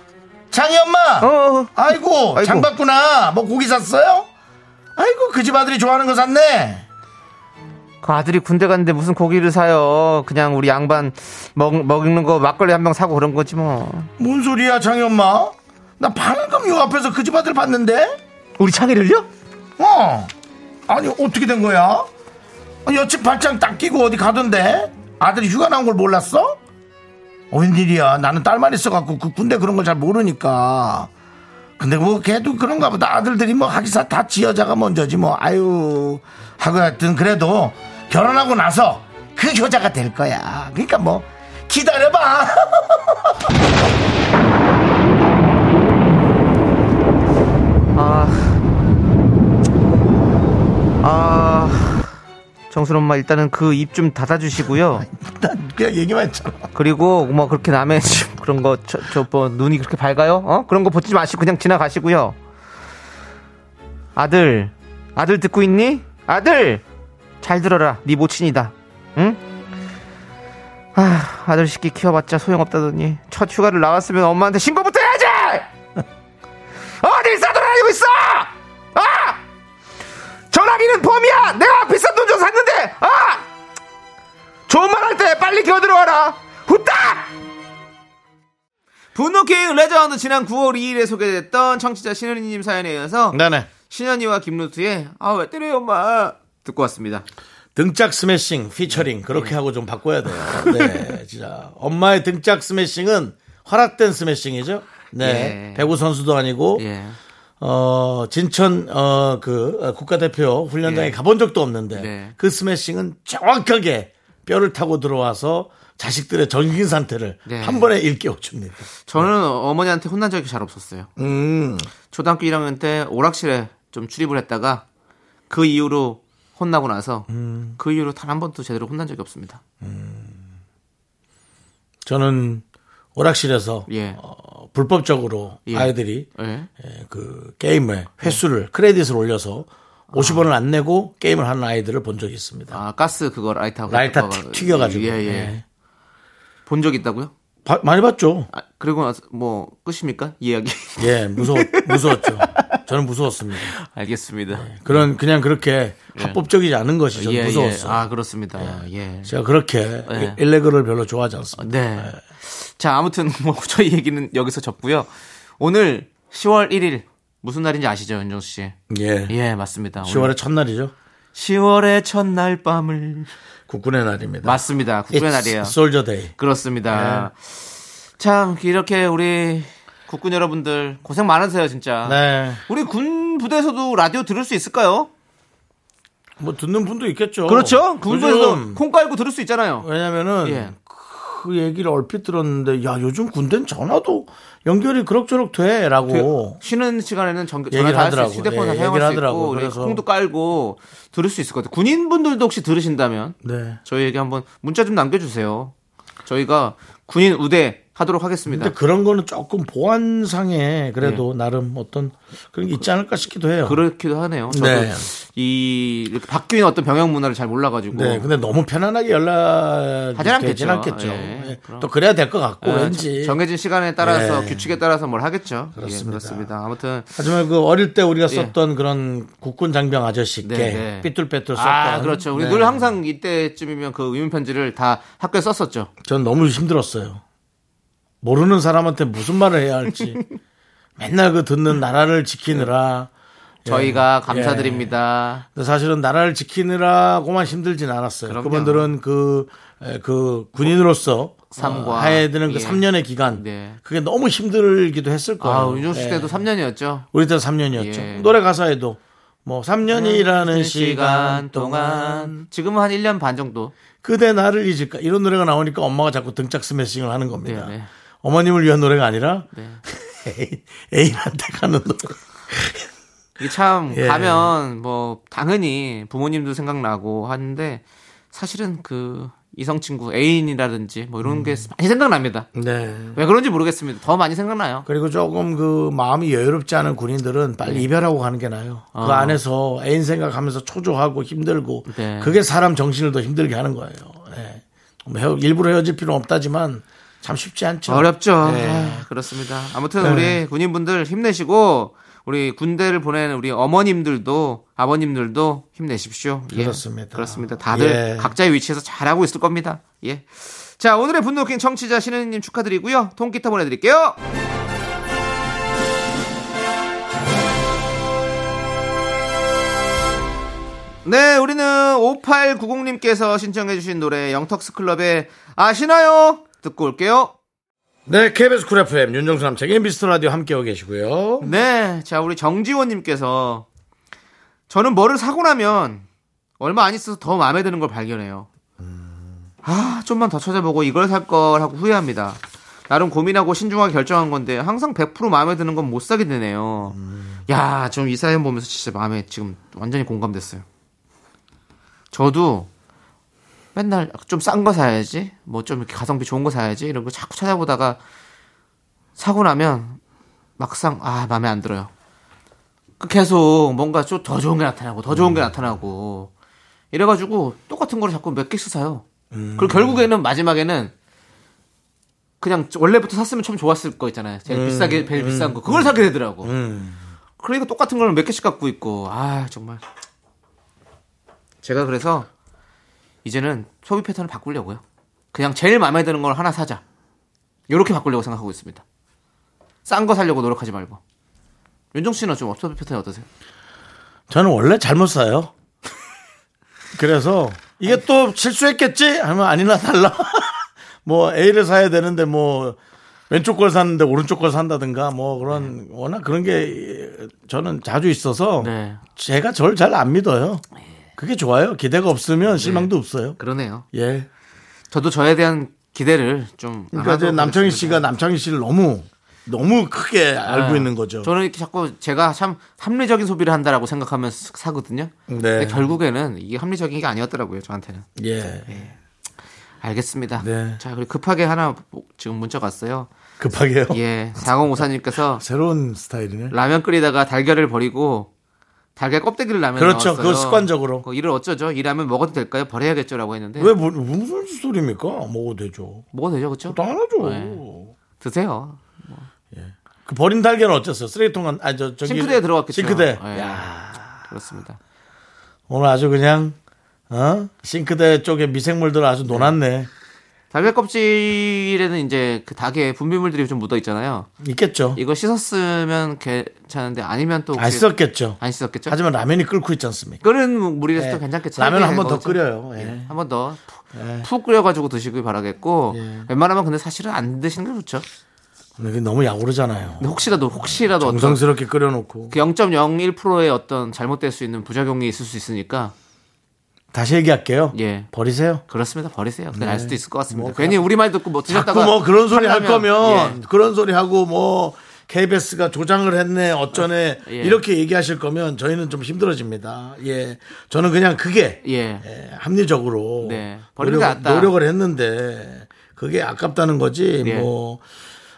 [SPEAKER 1] 창희 엄마.
[SPEAKER 2] 어,
[SPEAKER 1] 아이고,
[SPEAKER 2] 아이고.
[SPEAKER 1] 장 봤구나. 뭐 고기 샀어요? 아이고 그 집 아들이 좋아하는 거 샀네.
[SPEAKER 2] 그 아들이 군대 갔는데 무슨 고기를 사요. 그냥 우리 양반 먹, 먹는 거 막걸리 한 병 사고 그런 거지 뭐.
[SPEAKER 1] 뭔 소리야 창희 엄마? 나 방금 요 앞에서 그 집 아들 봤는데.
[SPEAKER 2] 우리 창의를요?
[SPEAKER 1] 어. 아니 어떻게 된 거야? 아, 여친 발장 딱 끼고 어디 가던데 아들이 휴가 나온 걸 몰랐어? 어, 웬일이야 나는 딸만 있어갖고 그 군대 그런 걸 잘 모르니까 근데 뭐 걔도 그런가 보다 아들들이 뭐 하기사 다 지 여자가 먼저지 뭐 아유 하고 하여튼 그래도 결혼하고 나서 그 효자가 될 거야 그러니까 뭐 기다려봐
[SPEAKER 2] 아, 아, 정순 엄마 일단은 그 입 좀 닫아주시고요.
[SPEAKER 1] 난 그냥 얘기만 했잖아
[SPEAKER 2] 그리고 뭐 그렇게 남의 집 그런 거 저 뭐 눈이 그렇게 밝아요? 어 그런 거 보지 마시고 그냥 지나가시고요. 아들, 아들 듣고 있니? 아들, 잘 들어라. 네 모친이다. 응? 아, 아들 새끼 키워봤자 소용없다더니 첫 휴가를 나왔으면 엄마한테 신고부터 해야지. 어디 싸돌아다니고 있어? 아! 전화기는 범이야. 내가 비싼 돈 좀 샀는데. 아! 좋은 말 할 때 빨리 기어들어와라 후딱 분노킹 레전드 지난 9월 2일에 소개됐던 청취자 신현이님 사연에 이어서
[SPEAKER 1] 네네
[SPEAKER 2] 신현이와 김루트의 아 왜 때려요 엄마 듣고 왔습니다
[SPEAKER 1] 등짝 스매싱
[SPEAKER 2] 네.
[SPEAKER 1] 피처링 그렇게 하고 좀 바꿔야 돼요. 네, 진짜 엄마의 등짝 스매싱은 허락된 스매싱이죠. 네,
[SPEAKER 2] 예.
[SPEAKER 1] 배구 선수도 아니고
[SPEAKER 2] 예.
[SPEAKER 1] 어 진천 어그 국가대표 훈련장에
[SPEAKER 2] 예.
[SPEAKER 1] 가본 적도 없는데
[SPEAKER 2] 네.
[SPEAKER 1] 그 스매싱은 정확하게 뼈를 타고 들어와서 자식들의 전긴 상태를
[SPEAKER 2] 네.
[SPEAKER 1] 한 번에 일깨워 줍니다.
[SPEAKER 2] 저는 어머니한테 혼난 적이 잘 없었어요.
[SPEAKER 1] 음,
[SPEAKER 2] 초등학교 1학년 때 오락실에 좀 출입을 했다가 그 이후로 혼나고 나서
[SPEAKER 1] 음.
[SPEAKER 2] 그 이후로 단 한 번도 제대로 혼난 적이 없습니다.
[SPEAKER 1] 저는 오락실에서
[SPEAKER 2] 예.
[SPEAKER 1] 어, 불법적으로
[SPEAKER 2] 예.
[SPEAKER 1] 아이들이
[SPEAKER 2] 예.
[SPEAKER 1] 예, 그 게임의 횟수를 크레딧을 올려서 50원을 안 내고 게임을 하는 아이들을 본 적이 있습니다.
[SPEAKER 2] 아, 가스 그거 라이터
[SPEAKER 1] 라이터 틱 튀겨가지고.
[SPEAKER 2] 예, 예.
[SPEAKER 1] 예.
[SPEAKER 2] 본 적 있다고요?
[SPEAKER 1] 바- 많이 봤죠.
[SPEAKER 2] 아, 그리고 나서 뭐 끝입니까? 이야기.
[SPEAKER 1] 예, 무서워 무서웠죠. 저는 무서웠습니다.
[SPEAKER 2] 알겠습니다. 예.
[SPEAKER 1] 그런 그냥 그렇게 합법적이지 않은 것이 저는
[SPEAKER 2] 예,
[SPEAKER 1] 무서웠어요.
[SPEAKER 2] 아, 그렇습니다. 예.
[SPEAKER 1] 제가 그렇게
[SPEAKER 2] 예.
[SPEAKER 1] 일레그를 별로 좋아하지 않습니다.
[SPEAKER 2] 네. 자, 아무튼 뭐 저희 얘기는 여기서 접고요. 오늘 10월 1일 무슨 날인지 아시죠, 윤정 씨?
[SPEAKER 1] 예.
[SPEAKER 2] 예, 맞습니다. 오늘
[SPEAKER 1] 10월의 첫날이죠.
[SPEAKER 2] 10월의 첫날 밤을
[SPEAKER 1] 국군의 날입니다.
[SPEAKER 2] 맞습니다. 국군의 날이에요.
[SPEAKER 1] 솔저 데이.
[SPEAKER 2] 그렇습니다. 예. 참 이렇게 우리 국군 여러분들 고생 많으세요, 진짜.
[SPEAKER 1] 네.
[SPEAKER 2] 우리 군 부대에서도 라디오 들을 수 있을까요?
[SPEAKER 1] 뭐 듣는 분도 있겠죠.
[SPEAKER 2] 그렇죠? 군 부대에서
[SPEAKER 1] 요즘
[SPEAKER 2] 콩 깔고 들을 수 있잖아요.
[SPEAKER 1] 왜냐면은
[SPEAKER 2] 예.
[SPEAKER 1] 그 얘기를 얼핏 들었는데 야 요즘 군대는 전화도 연결이 그럭저럭 돼라고
[SPEAKER 2] 쉬는 시간에는 전, 전화
[SPEAKER 1] 얘기를
[SPEAKER 2] 다할수 있고
[SPEAKER 1] 하더라고요.
[SPEAKER 2] 휴대폰 다
[SPEAKER 1] 예,
[SPEAKER 2] 사용할
[SPEAKER 1] 얘기를
[SPEAKER 2] 수 있고
[SPEAKER 1] 하더라고요.
[SPEAKER 2] 우리
[SPEAKER 1] 그래서.
[SPEAKER 2] 콩도 깔고 들을 수 있을 것 같아요. 군인분들도 혹시 들으신다면
[SPEAKER 1] 네.
[SPEAKER 2] 저희에게 한번 문자 좀 남겨주세요. 저희가 군인 우대 하도록 하겠습니다.
[SPEAKER 1] 근데 그런 거는 조금 보안상에 그래도 나름 어떤 그런 게 있지 않을까 싶기도 해요.
[SPEAKER 2] 네. 그렇기도 하네요. 저도
[SPEAKER 1] 네.
[SPEAKER 2] 이 이렇게 바뀐 어떤 병역 문화를 잘 몰라가지고
[SPEAKER 1] 네, 근데 너무 편안하게 연락이
[SPEAKER 2] 하진 않겠죠.
[SPEAKER 1] 되진 않겠죠.
[SPEAKER 2] 예,
[SPEAKER 1] 예,
[SPEAKER 2] 그럼.
[SPEAKER 1] 또 그래야 될 것 같고
[SPEAKER 2] 어,
[SPEAKER 1] 왠지.
[SPEAKER 2] 정- 정해진 시간에 따라서
[SPEAKER 1] 예.
[SPEAKER 2] 규칙에 따라서 뭘 하겠죠. 예,
[SPEAKER 1] 그렇습니다.
[SPEAKER 2] 그렇습니다. 아무튼
[SPEAKER 1] 하지만 그 어릴 때 우리가 썼던 그런 국군 장병 아저씨께
[SPEAKER 2] 예. 네, 네.
[SPEAKER 1] 삐뚤빼뚤 썼던.
[SPEAKER 2] 아 그렇죠. 우리
[SPEAKER 1] 네.
[SPEAKER 2] 늘 항상 이때쯤이면 그 의문 편지를 다 학교에 썼었죠.
[SPEAKER 1] 전 너무 힘들었어요. 모르는 사람한테 무슨 말을 해야 할지. 맨날 그 듣는 나라를 지키느라. 예.
[SPEAKER 2] 저희가
[SPEAKER 1] 예.
[SPEAKER 2] 감사드립니다.
[SPEAKER 1] 근데 사실은 나라를 지키느라고만 힘들진 않았어요.
[SPEAKER 2] 그럼요.
[SPEAKER 1] 그분들은 그, 에, 그 군인으로서
[SPEAKER 2] 삶과,
[SPEAKER 1] 어, 하에 드는 그
[SPEAKER 2] 예.
[SPEAKER 1] 3년의 기간.
[SPEAKER 2] 네.
[SPEAKER 1] 그게 너무 힘들기도 했을 거예요.
[SPEAKER 2] 아 윤종수
[SPEAKER 1] 예.
[SPEAKER 2] 때도 3년이었죠.
[SPEAKER 1] 우리 때는 3년이었죠.
[SPEAKER 2] 예.
[SPEAKER 1] 노래 가사에도 뭐 3년이라는 시간 동안
[SPEAKER 2] 시간 동안 지금은 한 1년 반 정도.
[SPEAKER 1] 그대 나를 잊을까 이런 노래가 나오니까 엄마가 자꾸 등짝 스매싱을 하는 겁니다.
[SPEAKER 2] 네, 네.
[SPEAKER 1] 어머님을 위한 노래가 아니라
[SPEAKER 2] 네.
[SPEAKER 1] 애인, 애인한테 가는 노래.
[SPEAKER 2] 이게 참
[SPEAKER 1] 예.
[SPEAKER 2] 가면 뭐 당연히 부모님도 생각나고 하는데 사실은 그 이성 친구 애인이라든지 뭐 이런
[SPEAKER 1] 음.
[SPEAKER 2] 게 많이 생각납니다.
[SPEAKER 1] 네.
[SPEAKER 2] 왜 그런지 모르겠습니다. 더 많이 생각나요.
[SPEAKER 1] 그리고 조금 그 마음이 여유롭지 않은 군인들은 빨리 이별하고 가는 게 나아요. 그
[SPEAKER 2] 네. 아.
[SPEAKER 1] 안에서 애인 생각하면서 초조하고 힘들고
[SPEAKER 2] 네.
[SPEAKER 1] 그게 사람 정신을 더 힘들게 하는 거예요. 예. 뭐 헤어- 일부러 헤어질 필요는 없다지만 참 쉽지 않죠.
[SPEAKER 2] 어렵죠.
[SPEAKER 1] 네.
[SPEAKER 2] 아, 그렇죠. 그렇습니다. 아무튼 우리 군인분들 힘내시고 우리 군대를 보내는 우리 어머님들도 아버님들도 힘내십시오. 예.
[SPEAKER 1] 그렇습니다.
[SPEAKER 2] 그렇습니다. 다들
[SPEAKER 1] 예.
[SPEAKER 2] 각자의 위치에서 잘하고 있을 겁니다. 예. 자 오늘의 분노킹 청취자 신은님 축하드리고요. 통기타 보내드릴게요. 네, 우리는 5890님께서 신청해주신 노래 영턱스 클럽의 아시나요? 듣고 올게요.
[SPEAKER 1] 네, KBS 쿨 FM 윤정수 남창의 미스터 라디오 함께하고 계시고요.
[SPEAKER 2] 네, 자 우리 정지원님께서 저는 뭐를 사고 나면 얼마 안 있어서 더 마음에 드는 걸 발견해요. 아, 좀만 더 찾아보고 이걸 살 걸 하고 후회합니다. 나름 고민하고 신중하게 결정한 건데 항상 100% 마음에 드는 건 못 사게 되네요. 야, 좀 이 사연 보면서 진짜 마음에 지금 완전히 공감됐어요. 저도 맨날 좀 싼 거 사야지, 뭐 좀 이렇게 가성비 좋은 거 사야지 이런 거 자꾸 찾아보다가 사고 나면 막상 아 마음에 안 들어요. 그 계속 뭔가 좀 더 좋은 게 나타나고 더 좋은 게 나타나고 이래가지고 똑같은 걸 자꾸 몇 개씩 사요. 그리고 결국에는 마지막에는 그냥 원래부터 샀으면 참 좋았을 거 있잖아요. 제일 비싸게 제일 비싼 거 그걸 사게 되더라고. 그러니까 똑같은 걸 몇 개씩 갖고 있고 아 정말 제가 그래서 이제는 소비 패턴을 바꾸려고요. 그냥 제일 마음에 드는 걸 하나 사자. 이렇게 바꾸려고 생각하고 있습니다. 싼 거 사려고 노력하지 말고. 윤종 씨는 좀 업소비 패턴이 어떠세요?
[SPEAKER 1] 저는 원래 잘못 사요. 그래서 이게 또 실수했겠지? 하면 아니나 달라. 뭐 A를 사야 되는데 뭐 왼쪽 걸 샀는데 오른쪽 걸 산다든가 뭐 그런 워낙 그런 게 저는 자주 있어서
[SPEAKER 2] 네.
[SPEAKER 1] 제가 절 잘 안 믿어요. 그게 좋아요. 기대가 없으면 실망도 없어요.
[SPEAKER 2] 그러네요.
[SPEAKER 1] 예.
[SPEAKER 2] 저도 저에 대한 기대를 좀. 안
[SPEAKER 1] 그러니까 이제
[SPEAKER 2] 하도록
[SPEAKER 1] 남창희
[SPEAKER 2] 하겠습니다.
[SPEAKER 1] 씨가 남창희 씨를 너무 너무 크게 알고
[SPEAKER 2] 네.
[SPEAKER 1] 있는 거죠.
[SPEAKER 2] 저는 이렇게 자꾸 제가 참 합리적인 소비를 한다라고 생각하면서 사거든요.
[SPEAKER 1] 네.
[SPEAKER 2] 근데 결국에는 이게 합리적인 게 아니었더라고요, 저한테는. 네.
[SPEAKER 1] 예.
[SPEAKER 2] 알겠습니다.
[SPEAKER 1] 네.
[SPEAKER 2] 자, 그리고 급하게 하나 지금 문자 갔어요.
[SPEAKER 1] 급하게요.
[SPEAKER 2] 예, 4054님께서
[SPEAKER 1] 새로운 스타일이네.
[SPEAKER 2] 라면 끓이다가 달걀을 버리고 달걀 껍데기를 라면
[SPEAKER 1] 그렇죠.
[SPEAKER 2] 넣었어요.
[SPEAKER 1] 그거 습관적으로.
[SPEAKER 2] 그거 이를 어쩌죠? 이 라면 먹어도 될까요? 버려야겠죠라고 했는데
[SPEAKER 1] 왜 뭐, 무슨 소리입니까? 먹어도 되죠.
[SPEAKER 2] 먹어도 되죠, 그렇죠?
[SPEAKER 1] 뭐, 당연하죠.
[SPEAKER 2] 네. 드세요.
[SPEAKER 1] 그 버린 달걀은 어땠어요? 쓰레기통은 아저 저기
[SPEAKER 2] 싱크대에 들어갔겠죠.
[SPEAKER 1] 싱크대.
[SPEAKER 2] 예.
[SPEAKER 1] 야,
[SPEAKER 2] 그렇습니다.
[SPEAKER 1] 오늘 아주 그냥 어? 싱크대 쪽에 미생물들 아주 논았네.
[SPEAKER 2] 달걀 껍질에는 이제 그 닭의 분비물들이 좀 묻어 있잖아요.
[SPEAKER 1] 있겠죠.
[SPEAKER 2] 이거 씻었으면 괜찮은데 아니면 또
[SPEAKER 1] 안
[SPEAKER 2] 혹시-
[SPEAKER 1] 썼겠죠.
[SPEAKER 2] 안 씻었겠죠?
[SPEAKER 1] 하지만 라면이 끓고 있지 않습니까?
[SPEAKER 2] 끓은 물이라서
[SPEAKER 1] 예.
[SPEAKER 2] 또 괜찮겠죠. 네,
[SPEAKER 1] 라면 을 한 번 더 끓여요. 예.
[SPEAKER 2] 한번 더 푹 끓여가지고 드시길 바라겠고
[SPEAKER 1] 예.
[SPEAKER 2] 웬만하면 근데 사실은 안 드시는 게 좋죠.
[SPEAKER 1] 근데 그게 너무 야오르잖아요.
[SPEAKER 2] 근데 혹시라도 혹시라도 어떤
[SPEAKER 1] 정성스럽게 끓여놓고
[SPEAKER 2] 그 0.01%의 어떤 잘못될 수 있는 부작용이 있을 수 있으니까
[SPEAKER 1] 다시 얘기할게요.
[SPEAKER 2] 예.
[SPEAKER 1] 버리세요.
[SPEAKER 2] 그렇습니다. 버리세요. 그날 수도 있을 것 같습니다.
[SPEAKER 1] 뭐
[SPEAKER 2] 괜히 우리 말 듣고 뭐 드셨다가
[SPEAKER 1] 자꾸 뭐 그런 소리 할
[SPEAKER 2] 화나면,
[SPEAKER 1] 거면
[SPEAKER 2] 예.
[SPEAKER 1] 그런 소리 하고 뭐 KBS가 조장을 했네 어쩌네
[SPEAKER 2] 예.
[SPEAKER 1] 이렇게 얘기하실 거면 저희는 좀 힘들어집니다. 예, 저는 그냥 그게
[SPEAKER 2] 예.
[SPEAKER 1] 예, 합리적으로
[SPEAKER 2] 네, 버리는 게
[SPEAKER 1] 노력,
[SPEAKER 2] 낫다.
[SPEAKER 1] 노력을 했는데 그게 아깝다는 거지
[SPEAKER 2] 예.
[SPEAKER 1] 뭐.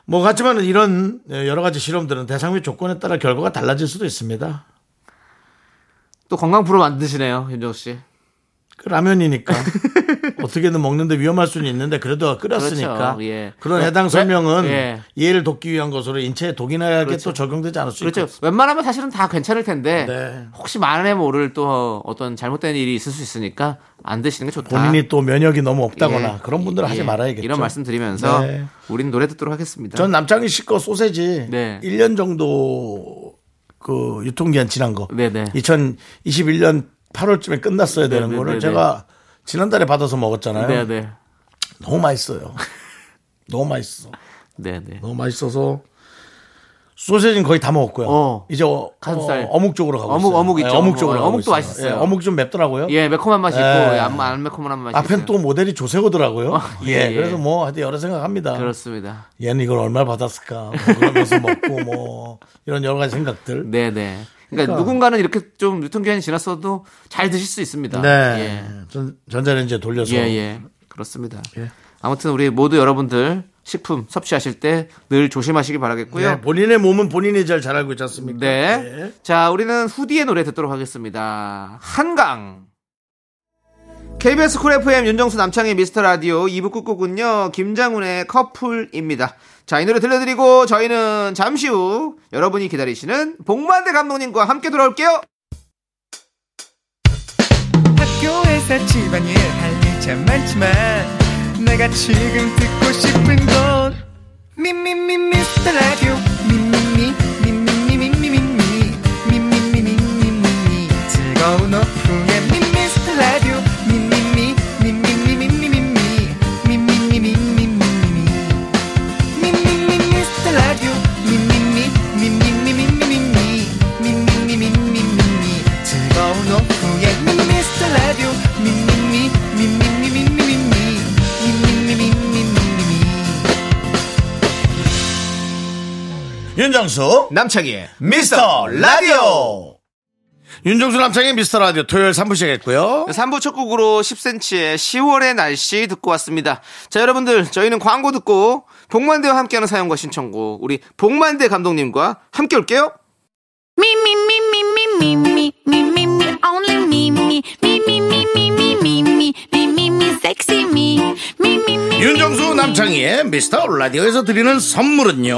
[SPEAKER 1] 뭐 같지만은 이런 여러 가지 실험들은 대상 및 조건에 따라 결과가 달라질 수도 있습니다.
[SPEAKER 2] 또 건강 프로 만드시네요, 윤정 씨.
[SPEAKER 1] 그 라면이니까 어떻게든 먹는데 위험할 수는 있는데 그래도 끓였으니까
[SPEAKER 2] 그렇죠. 예.
[SPEAKER 1] 그런
[SPEAKER 2] 왜-
[SPEAKER 1] 해당
[SPEAKER 2] 왜-
[SPEAKER 1] 설명은
[SPEAKER 2] 예.
[SPEAKER 1] 이해를 돕기 위한 것으로 인체에 독이나게
[SPEAKER 2] 그렇죠.
[SPEAKER 1] 또 적용되지 않을 수
[SPEAKER 2] 그렇죠.
[SPEAKER 1] 있죠.
[SPEAKER 2] 웬만하면 사실은 다 괜찮을 텐데
[SPEAKER 1] 네.
[SPEAKER 2] 혹시 만에 모를 또 어떤 잘못된 일이 있을 수 있으니까 안 드시는 게 좋다.
[SPEAKER 1] 본인이 또 면역이 너무 없다거나
[SPEAKER 2] 아. 예.
[SPEAKER 1] 그런 분들은
[SPEAKER 2] 예.
[SPEAKER 1] 하지 말아야겠죠.
[SPEAKER 2] 이런 말씀 드리면서
[SPEAKER 1] 네.
[SPEAKER 2] 우리는 노래 듣도록 하겠습니다.
[SPEAKER 1] 전 남창희 씨 거 소세지
[SPEAKER 2] 네.
[SPEAKER 1] 1년 정도 그 유통기한 지난 거
[SPEAKER 2] 네네.
[SPEAKER 1] 2021년 8월쯤에 끝났어야 되는
[SPEAKER 2] 네, 네,
[SPEAKER 1] 거를
[SPEAKER 2] 네,
[SPEAKER 1] 제가 지난달에 받아서 먹었잖아요.
[SPEAKER 2] 네, 네.
[SPEAKER 1] 너무 맛있어요. 너무 맛있어.
[SPEAKER 2] 네, 네.
[SPEAKER 1] 너무 맛있어서 소세지는 거의 다 먹었고요.
[SPEAKER 2] 어.
[SPEAKER 1] 이제 어,
[SPEAKER 2] 가슴살.
[SPEAKER 1] 어, 어묵 쪽으로 가고
[SPEAKER 2] 어묵,
[SPEAKER 1] 있어요.
[SPEAKER 2] 어묵 있죠.
[SPEAKER 1] 예, 어묵 쪽으로
[SPEAKER 2] 어묵.
[SPEAKER 1] 가고
[SPEAKER 2] 어묵도
[SPEAKER 1] 있어요.
[SPEAKER 2] 맛있어요.
[SPEAKER 1] 예, 어묵 좀 맵더라고요.
[SPEAKER 2] 예, 매콤한 맛이 있고
[SPEAKER 1] 예.
[SPEAKER 2] 예, 안, 안 매콤한 맛이
[SPEAKER 1] 앞엔
[SPEAKER 2] 있어요.
[SPEAKER 1] 또 모델이 조세호더라고요. 예,
[SPEAKER 2] 예, 예.
[SPEAKER 1] 그래서 뭐 하여튼 여러 생각합니다.
[SPEAKER 2] 그렇습니다.
[SPEAKER 1] 얘는 이걸 얼마 받았을까? 뭐 그러면서 먹고 뭐 이런 여러 가지 생각들.
[SPEAKER 2] 네, 네. 그러니까, 누군가는 이렇게 좀 유통기한이 지났어도 잘 드실 수 있습니다.
[SPEAKER 1] 네. 전, 전자레인지에 돌려서
[SPEAKER 2] 예, 예, 예. 그렇습니다. 아무튼 우리 모두 여러분들 식품 섭취하실 때 늘 조심하시기 바라겠고요.
[SPEAKER 1] 네, 본인의 몸은 본인이 제일 잘 알고 있지 않습니까?
[SPEAKER 2] 네.
[SPEAKER 1] 예.
[SPEAKER 2] 자, 우리는 후디의 노래 듣도록 하겠습니다. 한강. KBS 쿨 FM 윤정수 남창의 미스터 라디오 2부 끝곡은요, 김장훈의 커플입니다. 자, 이 노래 들려드리고 저희는 잠시 후 여러분이 기다리시는 복만대 감독님과 함께 돌아올게요.
[SPEAKER 5] 학교에서 집안일 할 일 참 많지만 내가 지금 듣고 싶은 건 미미미 미스터 라디오 미미미 미미미 미미미 미미미 미미미 즐거운 오후에 미스터 라디오 미미미 미미미 미미미 미미미 미미미
[SPEAKER 1] 윤정수
[SPEAKER 2] 남창희의
[SPEAKER 1] 미스터 라디오. 윤정수 남창의 미스터 라디오 토요일 3부 시작했고요.
[SPEAKER 2] 3부 첫 곡으로 10cm의 10월의 날씨 듣고 왔습니다. 자, 여러분들, 저희는 광고 듣고 복만대와 함께하는 사연과 신청곡, 우리 복만대 감독님과 함께 올게요.
[SPEAKER 4] Me, me, me, me, me, me, me, me, me, me, only me, me, me, me, me, me, me, me, me, me, me, me, sexy me, me, me, me.
[SPEAKER 1] 윤정수 남창희의 미스터 라디오에서 드리는 선물은요.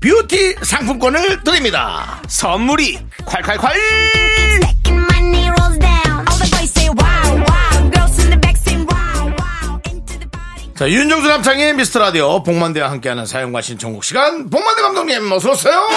[SPEAKER 1] 뷰티 상품권을 드립니다.
[SPEAKER 2] 선물이 콸콸콸
[SPEAKER 4] Second money rolls down. All the boys say wow, wow. Girls in the back say wow, wow. Into the party.
[SPEAKER 1] 자, 윤정수 남창의 미스터 라디오 복만대와 함께하는 사용과 신청곡 시간 복만대 감독님 어서 오세요.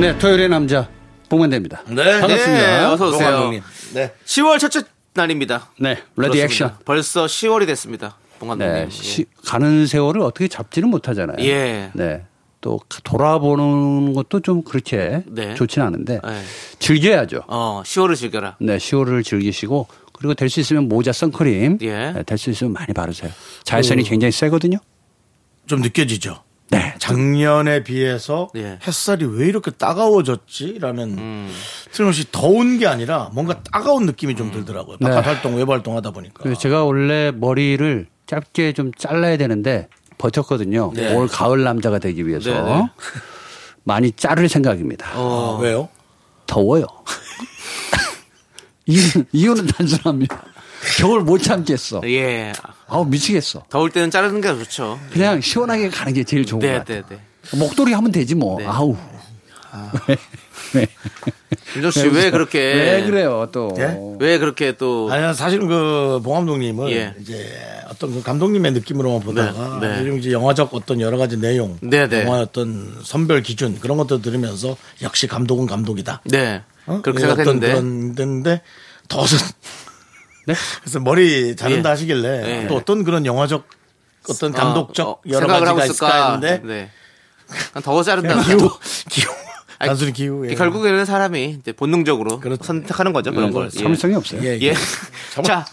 [SPEAKER 6] 네, 토요일의 남자 봉만대입니다.
[SPEAKER 1] 네,
[SPEAKER 6] 반갑습니다.
[SPEAKER 2] 네, 어서 오세요.
[SPEAKER 1] 감독님. 네.
[SPEAKER 2] 10월 첫째 날입니다
[SPEAKER 6] 네, 레디
[SPEAKER 2] 그렇습니다.
[SPEAKER 6] 액션.
[SPEAKER 2] 벌써 10월이 됐습니다 봉감독님
[SPEAKER 6] 네, 시- 가는 세월을 어떻게 잡지는 못하잖아요.
[SPEAKER 2] 예.
[SPEAKER 6] 네. 또 돌아보는 것도 좀 그렇게
[SPEAKER 2] 네.
[SPEAKER 6] 좋진 않은데
[SPEAKER 2] 예.
[SPEAKER 6] 즐겨야죠.
[SPEAKER 2] 어, 10월을 즐겨라
[SPEAKER 6] 네, 10월을 즐기시고 그리고 될 수 있으면 모자 선크림 네,
[SPEAKER 2] 예.
[SPEAKER 6] 될 수 있으면 많이 바르세요. 자외선이 굉장히 세거든요.
[SPEAKER 1] 좀 느껴지죠.
[SPEAKER 6] 네.
[SPEAKER 1] 작년에 비해서
[SPEAKER 2] 예.
[SPEAKER 1] 햇살이 왜 이렇게 따가워졌지라는 틀림없이 더운 게 아니라 뭔가 따가운 느낌이 좀 들더라고요.
[SPEAKER 6] 네. 그렇죠.
[SPEAKER 1] 바깥 활동, 외부 활동하다 보니까.
[SPEAKER 6] 그래서 제가 원래 머리를 짧게 좀 잘라야 되는데 버텼거든요.
[SPEAKER 1] 네.
[SPEAKER 6] 올 가을 남자가 되기 위해서
[SPEAKER 2] 네, 네.
[SPEAKER 6] 많이 자를 생각입니다.
[SPEAKER 1] 어, 왜요?
[SPEAKER 6] 더워요. 이유는, 이유는 단순합니다. 겨울 못 참겠어.
[SPEAKER 2] 예
[SPEAKER 6] 아우 미치겠어.
[SPEAKER 2] 더울 때는 자르는 게 좋죠
[SPEAKER 6] 그냥 시원하게 가는 게 제일 좋은 것 같아.
[SPEAKER 2] 네네네
[SPEAKER 6] 목도리 하면 되지 뭐. 아우. 네.
[SPEAKER 2] 윤정수 씨 왜 그렇게
[SPEAKER 6] 왜 그래요 또?
[SPEAKER 1] 예?
[SPEAKER 2] 왜 그렇게 또
[SPEAKER 1] 아니 사실 그봉 감독님은
[SPEAKER 2] 어. 예.
[SPEAKER 1] 이제 어떤 그 감독님의 느낌으로만 보다가
[SPEAKER 2] 네, 네.
[SPEAKER 1] 요즘 이제 영화적 어떤 여러 가지 내용,
[SPEAKER 2] 네, 네.
[SPEAKER 1] 영화의 어떤 선별 기준 그런 것도 들으면서 역시 감독은 감독이다.
[SPEAKER 2] 네.
[SPEAKER 1] 어?
[SPEAKER 2] 그렇게
[SPEAKER 1] 예, 어떤
[SPEAKER 2] 생각했는데. 네?
[SPEAKER 1] 그런 데인데 더워서 그래서 머리 자른다
[SPEAKER 2] 예.
[SPEAKER 1] 하시길래
[SPEAKER 2] 예.
[SPEAKER 1] 또 어떤 그런 영화적 어떤 감독적
[SPEAKER 2] 어, 어,
[SPEAKER 1] 여러
[SPEAKER 2] 생각을
[SPEAKER 1] 가지가
[SPEAKER 2] 하고
[SPEAKER 1] 있을까 했는데
[SPEAKER 2] 네. 그냥 더워 자른다.
[SPEAKER 1] 그냥 기후 기후
[SPEAKER 2] 아니,
[SPEAKER 1] 단순히 기후 예.
[SPEAKER 2] 결국에는 사람이 이제 본능적으로
[SPEAKER 1] 그렇죠.
[SPEAKER 2] 선택하는 거죠 그런 걸. 예.
[SPEAKER 6] 참을성이 없어요.
[SPEAKER 1] 예, 예.
[SPEAKER 2] 예. 자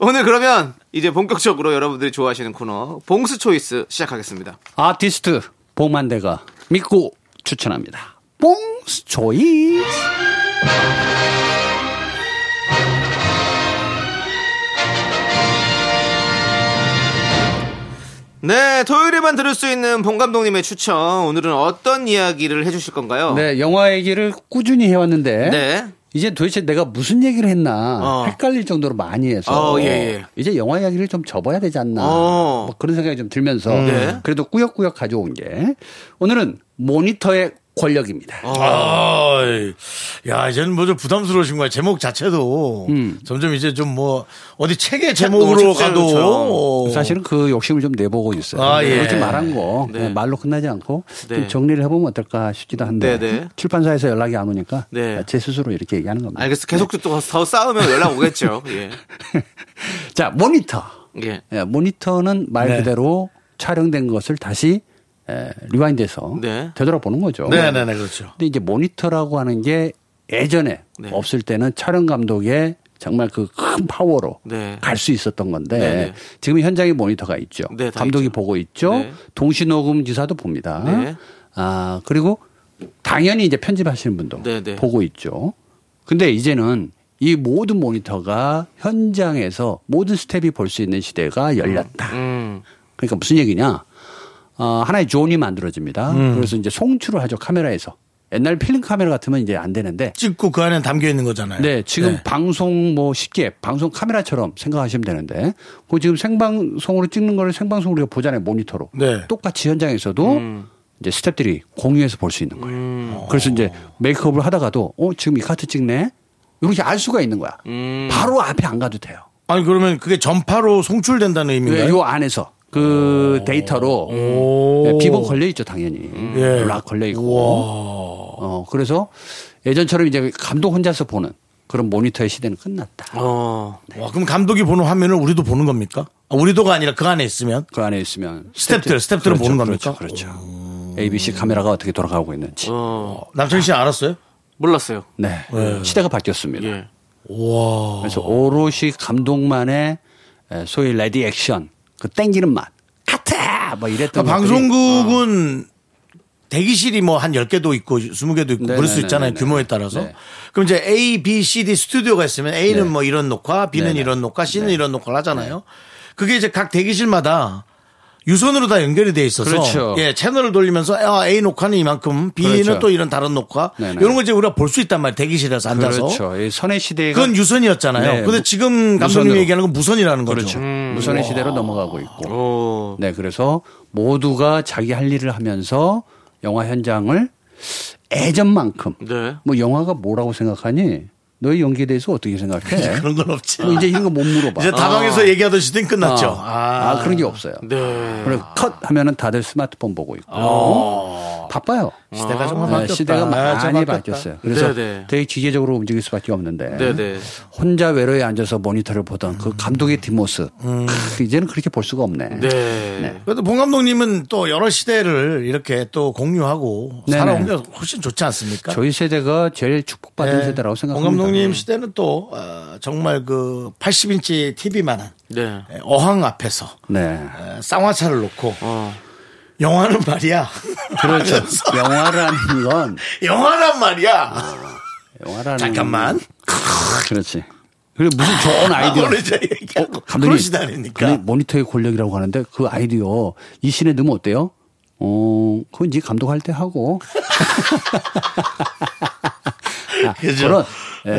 [SPEAKER 2] 오늘 그러면 이제 본격적으로 여러분들이 좋아하시는 코너 봉스 초이스 시작하겠습니다.
[SPEAKER 6] 아티스트 봉만대가 믿고 추천합니다. 봉스 초이스.
[SPEAKER 2] 네 토요일에만 들을 수 있는 봉 감독님의 추천 오늘은 어떤 이야기를 해주실 건가요?
[SPEAKER 6] 네, 영화 얘기를 꾸준히 해왔는데
[SPEAKER 2] 네.
[SPEAKER 6] 이제 도대체 내가 무슨 얘기를 했나
[SPEAKER 2] 어.
[SPEAKER 6] 헷갈릴 정도로 많이 해서
[SPEAKER 2] 어, 예, 예.
[SPEAKER 6] 이제 영화 이야기를 좀 접어야 되지 않나
[SPEAKER 2] 어.
[SPEAKER 6] 뭐 그런 생각이 좀 들면서
[SPEAKER 2] 네.
[SPEAKER 6] 그래도 꾸역꾸역 가져온 게 오늘은 모니터의 권력입니다.
[SPEAKER 1] 아이, 야, 이제는 뭐 좀 부담스러우신 거야. 제목 자체도 점점 이제 좀 뭐 어디 책의 제목으로
[SPEAKER 2] 너무 음. 책장,
[SPEAKER 1] 가도
[SPEAKER 2] 그렇죠.
[SPEAKER 6] 사실은 그 욕심을 좀 내보고 있어요.
[SPEAKER 1] 아, 예.
[SPEAKER 6] 그렇게 말한 거
[SPEAKER 2] 네.
[SPEAKER 6] 그냥 말로 끝나지 않고
[SPEAKER 2] 네.
[SPEAKER 6] 좀 정리를 해보면 어떨까 싶기도
[SPEAKER 2] 네,
[SPEAKER 6] 한데
[SPEAKER 2] 네.
[SPEAKER 6] 출판사에서 연락이 안 오니까
[SPEAKER 2] 네.
[SPEAKER 6] 제 스스로 이렇게 얘기하는 겁니다.
[SPEAKER 2] 알겠어 계속
[SPEAKER 1] 네.
[SPEAKER 2] 또 더 싸우면 연락 오겠죠. 예.
[SPEAKER 6] 자 모니터.
[SPEAKER 2] 예.
[SPEAKER 6] 예, 모니터는 말
[SPEAKER 1] 네.
[SPEAKER 6] 그대로 촬영된 것을 다시 에, 리와인드해서
[SPEAKER 2] 네.
[SPEAKER 6] 되돌아보는 거죠.
[SPEAKER 1] 네, 네, 네, 그렇죠.
[SPEAKER 6] 근데 이제 모니터라고 하는 게 예전에
[SPEAKER 2] 네.
[SPEAKER 6] 없을 때는 촬영 감독의 정말 그 큰 파워로
[SPEAKER 2] 네.
[SPEAKER 6] 갈 수 있었던 건데
[SPEAKER 2] 네, 네.
[SPEAKER 6] 지금 현장에 모니터가 있죠.
[SPEAKER 2] 네, 다
[SPEAKER 6] 감독이
[SPEAKER 2] 있죠.
[SPEAKER 6] 보고 있죠.
[SPEAKER 2] 네.
[SPEAKER 6] 동시녹음 기사도 봅니다.
[SPEAKER 2] 네.
[SPEAKER 6] 아 그리고 당연히 이제 편집하시는 분도
[SPEAKER 2] 네, 네.
[SPEAKER 6] 보고 있죠. 근데 이제는 이 모든 모니터가 현장에서 모든 스텝이 볼 수 있는 시대가 열렸다.
[SPEAKER 2] 음.
[SPEAKER 6] 그러니까 무슨 얘기냐? 어, 하나의 존이 만들어집니다. 그래서 이제 송출을 하죠 카메라에서. 옛날 필름 카메라 같으면 이제 안 되는데.
[SPEAKER 1] 찍고 그 안에 담겨 있는 거잖아요.
[SPEAKER 6] 네, 지금 방송 뭐 쉽게 방송 카메라처럼 생각하시면 되는데, 그 지금 생방송으로 찍는 거를 생방송 우리가 보잖아요 모니터로.
[SPEAKER 1] 네.
[SPEAKER 6] 똑같이 현장에서도 이제 스탭들이 공유해서 볼 수 있는 거예요. 그래서 이제 메이크업을 하다가도 어 지금 이 카트 찍네 이렇게 알 수가 있는 거야. 바로 앞에 안 가도 돼요.
[SPEAKER 1] 아니 그러면 그게 전파로 송출된다는 의미인가요?
[SPEAKER 6] 네, 요 안에서 그 데이터로 네, 비번 걸려 있죠 당연히 음,
[SPEAKER 1] 예.
[SPEAKER 6] 락 걸려 있고. 어 그래서 예전처럼 이제 감독 혼자서 보는 그런 모니터의 시대는
[SPEAKER 1] 아.
[SPEAKER 6] 끝났다.
[SPEAKER 2] 어.
[SPEAKER 1] 와, 그럼 감독이 보는 화면을 우리도 보는 겁니까? 아, 우리도가 아니라 그 안에 있으면
[SPEAKER 6] 그 안에 있으면
[SPEAKER 1] 스탭들, 스탭들은 보는 겁니까? 음.
[SPEAKER 6] 그렇죠. 그렇죠. ABC 카메라가 어떻게 돌아가고 있는지.
[SPEAKER 2] 어.
[SPEAKER 1] 남창희 씨 알았어요?
[SPEAKER 6] 아,
[SPEAKER 2] 몰랐어요.
[SPEAKER 6] 네.
[SPEAKER 1] 예.
[SPEAKER 6] 시대가 바뀌었습니다.
[SPEAKER 2] 예.
[SPEAKER 6] 그래서 오롯이 감독만의 에, 소위 레디 액션 그 땡기는 맛 카트 뭐 이랬던
[SPEAKER 1] 그러니까
[SPEAKER 6] 것들이
[SPEAKER 1] 방송국은 아. 대기실이 뭐 한 10개도 있고 20개도 있고 그럴 수 있잖아요.
[SPEAKER 6] 네네네네.
[SPEAKER 1] 규모에 따라서.
[SPEAKER 6] 네.
[SPEAKER 1] 그럼 이제 A, B, C, D 스튜디오가 있으면 A는
[SPEAKER 6] 네.
[SPEAKER 1] 뭐 이런 녹화, B는
[SPEAKER 6] 네네. 네.
[SPEAKER 1] 이런 녹화, C는 이런 녹화를 하잖아요. 그게 이제 각 대기실마다 유선으로 다 연결이 돼 있어서
[SPEAKER 6] 그렇죠.
[SPEAKER 1] 예 채널을 돌리면서 아, A 녹화는 이만큼 B는
[SPEAKER 6] 그렇죠.
[SPEAKER 1] 또 이런 다른 녹화
[SPEAKER 6] 네네.
[SPEAKER 1] 이런 걸 이제 우리가 볼 수 있단 말이에요 대기실에서 앉아서
[SPEAKER 6] 그렇죠. 이 선의 시대가
[SPEAKER 1] 그건 유선이었잖아요.
[SPEAKER 6] 네,
[SPEAKER 1] 근데
[SPEAKER 6] 무-
[SPEAKER 1] 지금 감독님이
[SPEAKER 6] 무선으로.
[SPEAKER 1] 얘기하는 건 무선이라는 거죠. 네. 음.
[SPEAKER 6] 그렇죠. 무선의 시대로 넘어가고 있고. 네, 그래서 모두가 자기 할 일을 하면서 영화 현장을 예전만큼
[SPEAKER 2] 네.
[SPEAKER 6] 뭐 영화가 뭐라고 생각하니? 너의 연기에 대해서 어떻게 생각해?
[SPEAKER 1] 그런 건 없지.
[SPEAKER 6] 뭐 이제 이런 거 못 물어봐.
[SPEAKER 1] 이제 다방에서 얘기하던 시대는 끝났죠.
[SPEAKER 6] 아,
[SPEAKER 1] 아,
[SPEAKER 6] 그런 게 없어요.
[SPEAKER 2] 네.
[SPEAKER 6] 그리고 컷 하면은 다들 스마트폰 보고 있고 바빠요.
[SPEAKER 1] 어. 시대가 정말
[SPEAKER 6] 네,
[SPEAKER 1] 바뀌었다.
[SPEAKER 6] 시대가
[SPEAKER 1] 아, 좀
[SPEAKER 6] 많이
[SPEAKER 1] 바뀌었다.
[SPEAKER 6] 바뀌었어요. 그래서
[SPEAKER 2] 네, 네.
[SPEAKER 6] 되게 기계적으로 움직일 수밖에 없는데
[SPEAKER 2] 네네.
[SPEAKER 6] 혼자 외로이 앉아서 모니터를 보던 그 감독의 뒷모습
[SPEAKER 1] 음.
[SPEAKER 6] 크, 이제는 그렇게 볼 수가 없네.
[SPEAKER 2] 네.
[SPEAKER 1] 그래도 봉 감독님은 또 여러 시대를 이렇게 또 공유하고
[SPEAKER 6] 네네.
[SPEAKER 1] 살아온 게 훨씬 좋지 않습니까?
[SPEAKER 6] 저희 세대가 제일 축복받은
[SPEAKER 1] 네.
[SPEAKER 6] 세대라고
[SPEAKER 1] 봉
[SPEAKER 6] 생각합니다.
[SPEAKER 1] 감독님 시대는 또 어, 정말 그 80인치 TV만한 예,
[SPEAKER 2] 네.
[SPEAKER 1] 어항 앞에서
[SPEAKER 6] 네.
[SPEAKER 1] 에, 쌍화차를 놓고
[SPEAKER 2] 어.
[SPEAKER 1] 영화는 말이야.
[SPEAKER 6] 그렇죠. 영화라는 건
[SPEAKER 1] 영화란
[SPEAKER 6] 아,
[SPEAKER 1] 말이야.
[SPEAKER 6] 영화라는
[SPEAKER 1] 잠깐만.
[SPEAKER 6] 그렇지. 그리고 무슨 좋은 아이디어.
[SPEAKER 1] 오늘 그러니까. 저 얘기하고 그런
[SPEAKER 6] 감독님,
[SPEAKER 1] 시대니까.
[SPEAKER 6] 감독님, 모니터의 권력이라고 하는데 그 아이디어 이 씬에 넣으면 어때요? 어, 그건 네 감독할 때 하고. 아,
[SPEAKER 1] 그죠? 아.
[SPEAKER 6] 그런 예,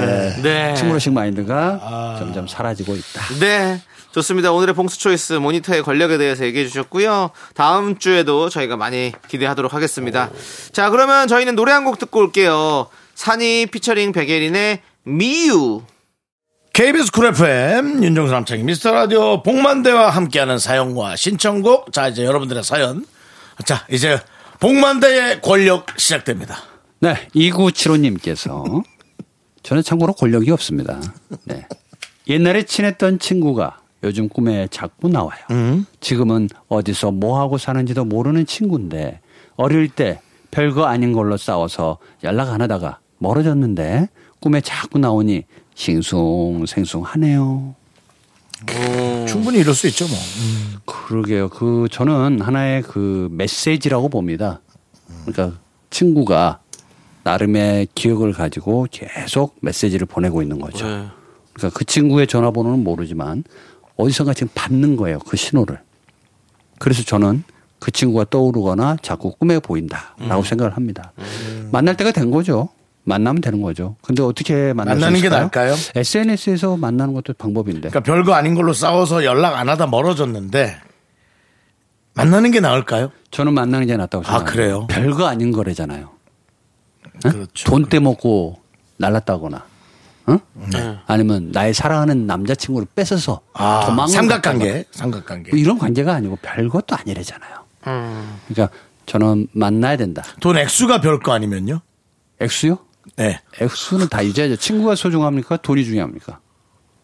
[SPEAKER 2] 네.
[SPEAKER 6] 친구로식 마인드가 점점 사라지고 있다.
[SPEAKER 2] 네. 좋습니다. 오늘의 봉수 초이스 모니터의 권력에 대해서 얘기해 주셨고요. 다음 주에도 저희가 많이 기대하도록 하겠습니다. 자, 그러면 저희는 노래 한 곡 듣고 올게요. 산이 피처링 백예린의 미유.
[SPEAKER 1] KBS 쿨 FM 윤정수 남창희 미스터 라디오 복만대와 함께하는 사연과 신청곡 자 이제 여러분들의 사연 자 이제 복만대의 권력 시작됩니다
[SPEAKER 6] 네, 2975님께서 저는 참고로 권력이 없습니다. 네. 옛날에 친했던 친구가 요즘 꿈에 자꾸 나와요. 지금은 어디서 뭐 하고 사는지도 모르는 친구인데 어릴 때 별거 아닌 걸로 싸워서 연락 안 하다가 멀어졌는데 꿈에 자꾸 나오니 싱숭생숭하네요.
[SPEAKER 1] 충분히 이럴 수 있죠 뭐
[SPEAKER 6] 그러게요. 그 저는 하나의 그 메시지라고 봅니다. 그러니까 친구가 나름의 기억을 가지고 계속 메시지를 보내고 있는 거죠.
[SPEAKER 1] 네.
[SPEAKER 6] 그러니까 그 친구의 전화번호는 모르지만 어디선가 지금 받는 거예요. 그 신호를. 그래서 저는 그 친구가 떠오르거나 자꾸 꿈에
[SPEAKER 1] 음.
[SPEAKER 6] 보인다라고 생각을 합니다. 만날 때가 된 거죠. 만나면 되는 거죠. 근데 어떻게 만날 수
[SPEAKER 1] 만나는 게
[SPEAKER 6] 있을까요?
[SPEAKER 1] 나을까요?
[SPEAKER 6] SNS에서 만나는 것도 방법인데.
[SPEAKER 1] 그러니까 별거 아닌 걸로 싸워서 연락 안 하다 멀어졌는데 만나는 게 나을까요?
[SPEAKER 6] 저는 만나는 게 낫다고
[SPEAKER 1] 아,
[SPEAKER 6] 생각합니다.
[SPEAKER 1] 그래요?
[SPEAKER 6] 별거 아닌 거래잖아요. 응?
[SPEAKER 1] 그렇죠.
[SPEAKER 6] 돈 떼먹고 날랐다거나, 응? 아니면 나의 사랑하는 남자친구를 뺏어서
[SPEAKER 1] 네. 아,
[SPEAKER 6] 도망을 갔다거나.
[SPEAKER 1] 삼각관계 삼각관계
[SPEAKER 6] 뭐 이런 관계가 아니고 별것도 아니래잖아요. 그러니까 저는 만나야 된다.
[SPEAKER 1] 돈 액수가 별거 아니면요
[SPEAKER 6] 액수요?
[SPEAKER 1] 네
[SPEAKER 6] 액수는 다 유지하죠. 친구가 소중합니까? 돈이 중요합니까?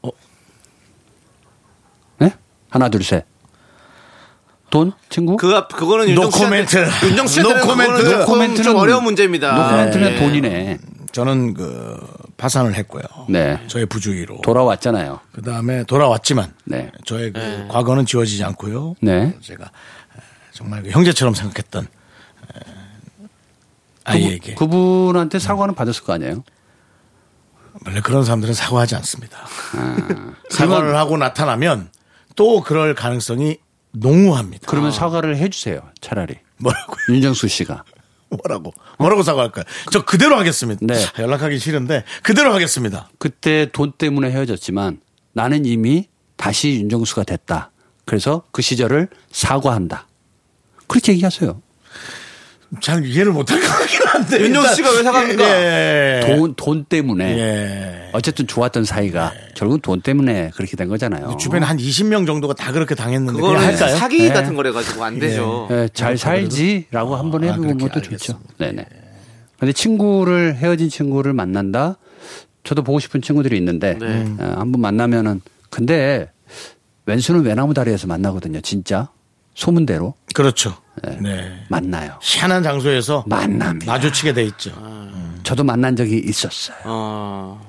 [SPEAKER 1] 어?
[SPEAKER 6] 네? 하나, 둘, 셋. 돈? 친구?
[SPEAKER 2] 그가 그거는 윤정수
[SPEAKER 1] 노코멘트.
[SPEAKER 2] 씨한테- 윤정수 씨한테는
[SPEAKER 1] 노코멘트.
[SPEAKER 2] 그거는 조금
[SPEAKER 6] 노코멘트는-
[SPEAKER 2] 좀 어려운
[SPEAKER 1] 아,
[SPEAKER 2] 문제입니다.
[SPEAKER 6] 노코멘트는
[SPEAKER 1] 예.
[SPEAKER 2] 네.
[SPEAKER 6] 돈이네.
[SPEAKER 1] 저는 그 파산을 했고요
[SPEAKER 6] 네.
[SPEAKER 1] 저의 부주의로
[SPEAKER 6] 돌아왔잖아요.
[SPEAKER 1] 그 다음에 돌아왔지만
[SPEAKER 6] 네.
[SPEAKER 1] 저의 그 과거는 지워지지 않고요
[SPEAKER 6] 네.
[SPEAKER 1] 제가 정말 그 형제처럼 생각했던 에, 아이에게 음.
[SPEAKER 6] 그분한테 사과는 받았을 거 아니에요?
[SPEAKER 1] 원래 그런 사람들은 사과하지 않습니다.
[SPEAKER 2] 아.
[SPEAKER 1] 사과를 하고 나타나면 또 그럴 가능성이 농후합니다.
[SPEAKER 6] 그러면 사과를 해주세요. 차라리.
[SPEAKER 1] 뭐라고
[SPEAKER 6] 윤정수 씨가.
[SPEAKER 1] 뭐라고 뭐라고 사과할까요? 저 그대로 하겠습니다.
[SPEAKER 6] 네.
[SPEAKER 1] 아, 연락하기 싫은데 그대로 하겠습니다.
[SPEAKER 6] 그때 돈 때문에 헤어졌지만 나는 이미 다시 윤정수가 됐다. 그래서 그 시절을 사과한다. 그렇게 얘기하세요.
[SPEAKER 1] 잘 이해를 못할 것 같긴 한데
[SPEAKER 2] 윤정수
[SPEAKER 1] 일단-
[SPEAKER 2] 씨가 왜 사과합니까?
[SPEAKER 1] 예, 예.
[SPEAKER 6] 돈, 돈 때문에.
[SPEAKER 1] 예.
[SPEAKER 6] 어쨌든 좋았던 사이가 결국 돈 때문에 그렇게 된 거잖아요.
[SPEAKER 1] 주변에 한 20명 정도가 다 그렇게 당했는데 그걸
[SPEAKER 2] 그거는
[SPEAKER 1] 할까요?
[SPEAKER 2] 사기
[SPEAKER 6] 네.
[SPEAKER 2] 같은 거래 가지고 안 되죠.
[SPEAKER 6] 예, 잘 살지라고 한번
[SPEAKER 1] 어, 아,
[SPEAKER 6] 해보는
[SPEAKER 1] 그렇게
[SPEAKER 6] 것도 좋죠.
[SPEAKER 1] 알겠습니다.
[SPEAKER 6] 네네. 근데 친구를 헤어진 친구를 만난다. 저도 보고 싶은 친구들이 있는데
[SPEAKER 2] 네.
[SPEAKER 6] 어, 한번 만나면은 근데 왼수는 외나무 다리에서 만나거든요. 진짜 소문대로
[SPEAKER 1] 그렇죠. 네.
[SPEAKER 6] 만나요.
[SPEAKER 1] 희한한 장소에서
[SPEAKER 6] 만납니다.
[SPEAKER 1] 마주치게 돼 있죠. 음.
[SPEAKER 6] 저도 만난 적이 있었어요.
[SPEAKER 2] 어.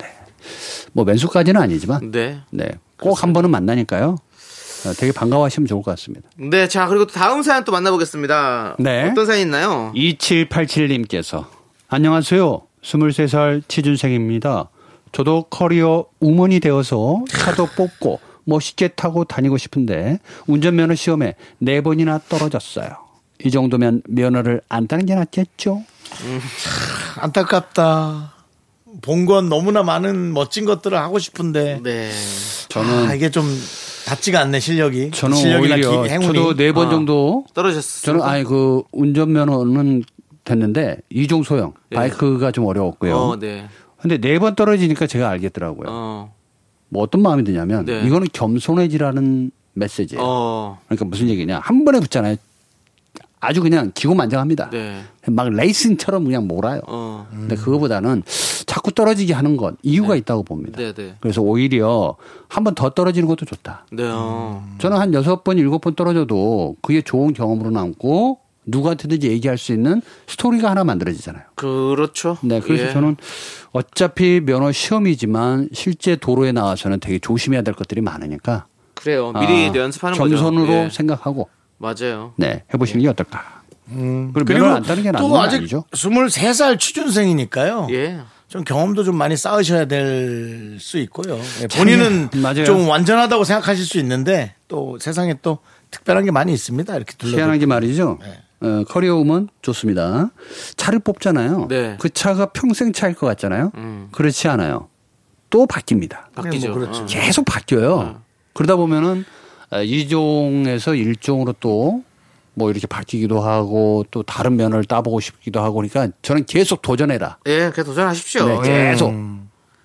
[SPEAKER 6] 뭐 왼수까지는 아니지만
[SPEAKER 2] 네.
[SPEAKER 6] 네. 꼭 한 번은 만나니까요. 어, 되게 반가워하시면 좋을 것 같습니다.
[SPEAKER 2] 네, 자, 그리고 또 다음 사연 또 만나보겠습니다.
[SPEAKER 6] 네.
[SPEAKER 2] 어떤 사연 있나요?
[SPEAKER 6] 2787님께서 안녕하세요. 23살 취준생입니다. 저도 커리어 우먼이 되어서 차도 뽑고 멋있게 타고 다니고 싶은데 운전면허 시험에 네 번이나 떨어졌어요. 이 정도면 면허를 안 따는 게 낫겠죠?
[SPEAKER 1] 안타깝다. 본 건 너무나 많은 멋진 것들을 하고 싶은데
[SPEAKER 2] 네.
[SPEAKER 6] 저는
[SPEAKER 1] 아, 이게 좀 닿지가 않네 실력이.
[SPEAKER 6] 저는
[SPEAKER 1] 실력이나
[SPEAKER 6] 오히려
[SPEAKER 1] 기- 행운이.
[SPEAKER 6] 저도 네 번
[SPEAKER 2] 아.
[SPEAKER 6] 정도
[SPEAKER 2] 떨어졌어.
[SPEAKER 6] 저는 아니 그 운전면허는 됐는데 이종 소형
[SPEAKER 2] 예.
[SPEAKER 6] 바이크가 좀 어려웠고요.
[SPEAKER 2] 어, 네.
[SPEAKER 6] 근데 네 번 떨어지니까 제가 알겠더라고요.
[SPEAKER 2] 어.
[SPEAKER 6] 뭐 어떤 마음이 드냐면
[SPEAKER 2] 네.
[SPEAKER 6] 이거는 겸손해지라는 메시지예요.
[SPEAKER 2] 어.
[SPEAKER 6] 그러니까 무슨 얘기냐? 한 번에 붙잖아요. 아주 그냥 기고만장합니다.
[SPEAKER 2] 네.
[SPEAKER 6] 막 레이싱처럼 그냥 몰아요.
[SPEAKER 2] 어.
[SPEAKER 6] 근데 그거보다는 자꾸 떨어지게 하는 건 이유가 있다고 봅니다.
[SPEAKER 2] 네, 네.
[SPEAKER 6] 그래서 오히려 한 번 더 떨어지는 것도 좋다.
[SPEAKER 2] 네. 어.
[SPEAKER 6] 저는 한 여섯 번, 일곱 번 떨어져도 그게 좋은 경험으로 남고 누구한테든지 얘기할 수 있는 스토리가 하나 만들어지잖아요.
[SPEAKER 2] 그렇죠.
[SPEAKER 6] 네, 그래서
[SPEAKER 2] 예.
[SPEAKER 6] 저는 어차피 면허 시험이지만 실제 도로에 나와서는 되게 조심해야 될 것들이 많으니까
[SPEAKER 2] 그래요. 어, 미리
[SPEAKER 6] 아,
[SPEAKER 2] 연습하는
[SPEAKER 6] 겸손으로
[SPEAKER 2] 거죠. 예.
[SPEAKER 6] 생각하고
[SPEAKER 2] 맞아요.
[SPEAKER 6] 네 해보시는 게 어떨까. 그리고
[SPEAKER 1] 그리고
[SPEAKER 6] 면허 안 따는 게 나은
[SPEAKER 1] 또
[SPEAKER 6] 건
[SPEAKER 1] 아직
[SPEAKER 6] 아니죠.
[SPEAKER 1] 23살 취준생이니까요.
[SPEAKER 2] 예.
[SPEAKER 1] 좀 경험도 좀 많이 쌓으셔야 될 수 있고요. 예, 본인은
[SPEAKER 6] 맞아요.
[SPEAKER 1] 좀 완전하다고 생각하실 수 있는데 또 세상에 또 특별한 게 많이 있습니다. 이렇게 둘러보
[SPEAKER 6] 희한한 게 말이죠.
[SPEAKER 1] 네.
[SPEAKER 6] 어, 커리어 우먼 좋습니다. 차를 뽑잖아요.
[SPEAKER 2] 네. 음.
[SPEAKER 6] 그 차가 평생 차일 것 같잖아요. 그렇지 않아요. 또 바뀝니다.
[SPEAKER 2] 바뀌죠.
[SPEAKER 1] 뭐 그렇죠.
[SPEAKER 2] 어.
[SPEAKER 6] 계속 바뀌어요.
[SPEAKER 2] 음.
[SPEAKER 6] 그러다 보면은 아, 이종에서 일종으로 또 뭐 이렇게 바뀌기도 하고 또 다른 면을 따보고 싶기도 하고 그러니까 저는 계속 도전해라.
[SPEAKER 2] 예, 계속 도전하십시오.
[SPEAKER 6] 네, 계속 아.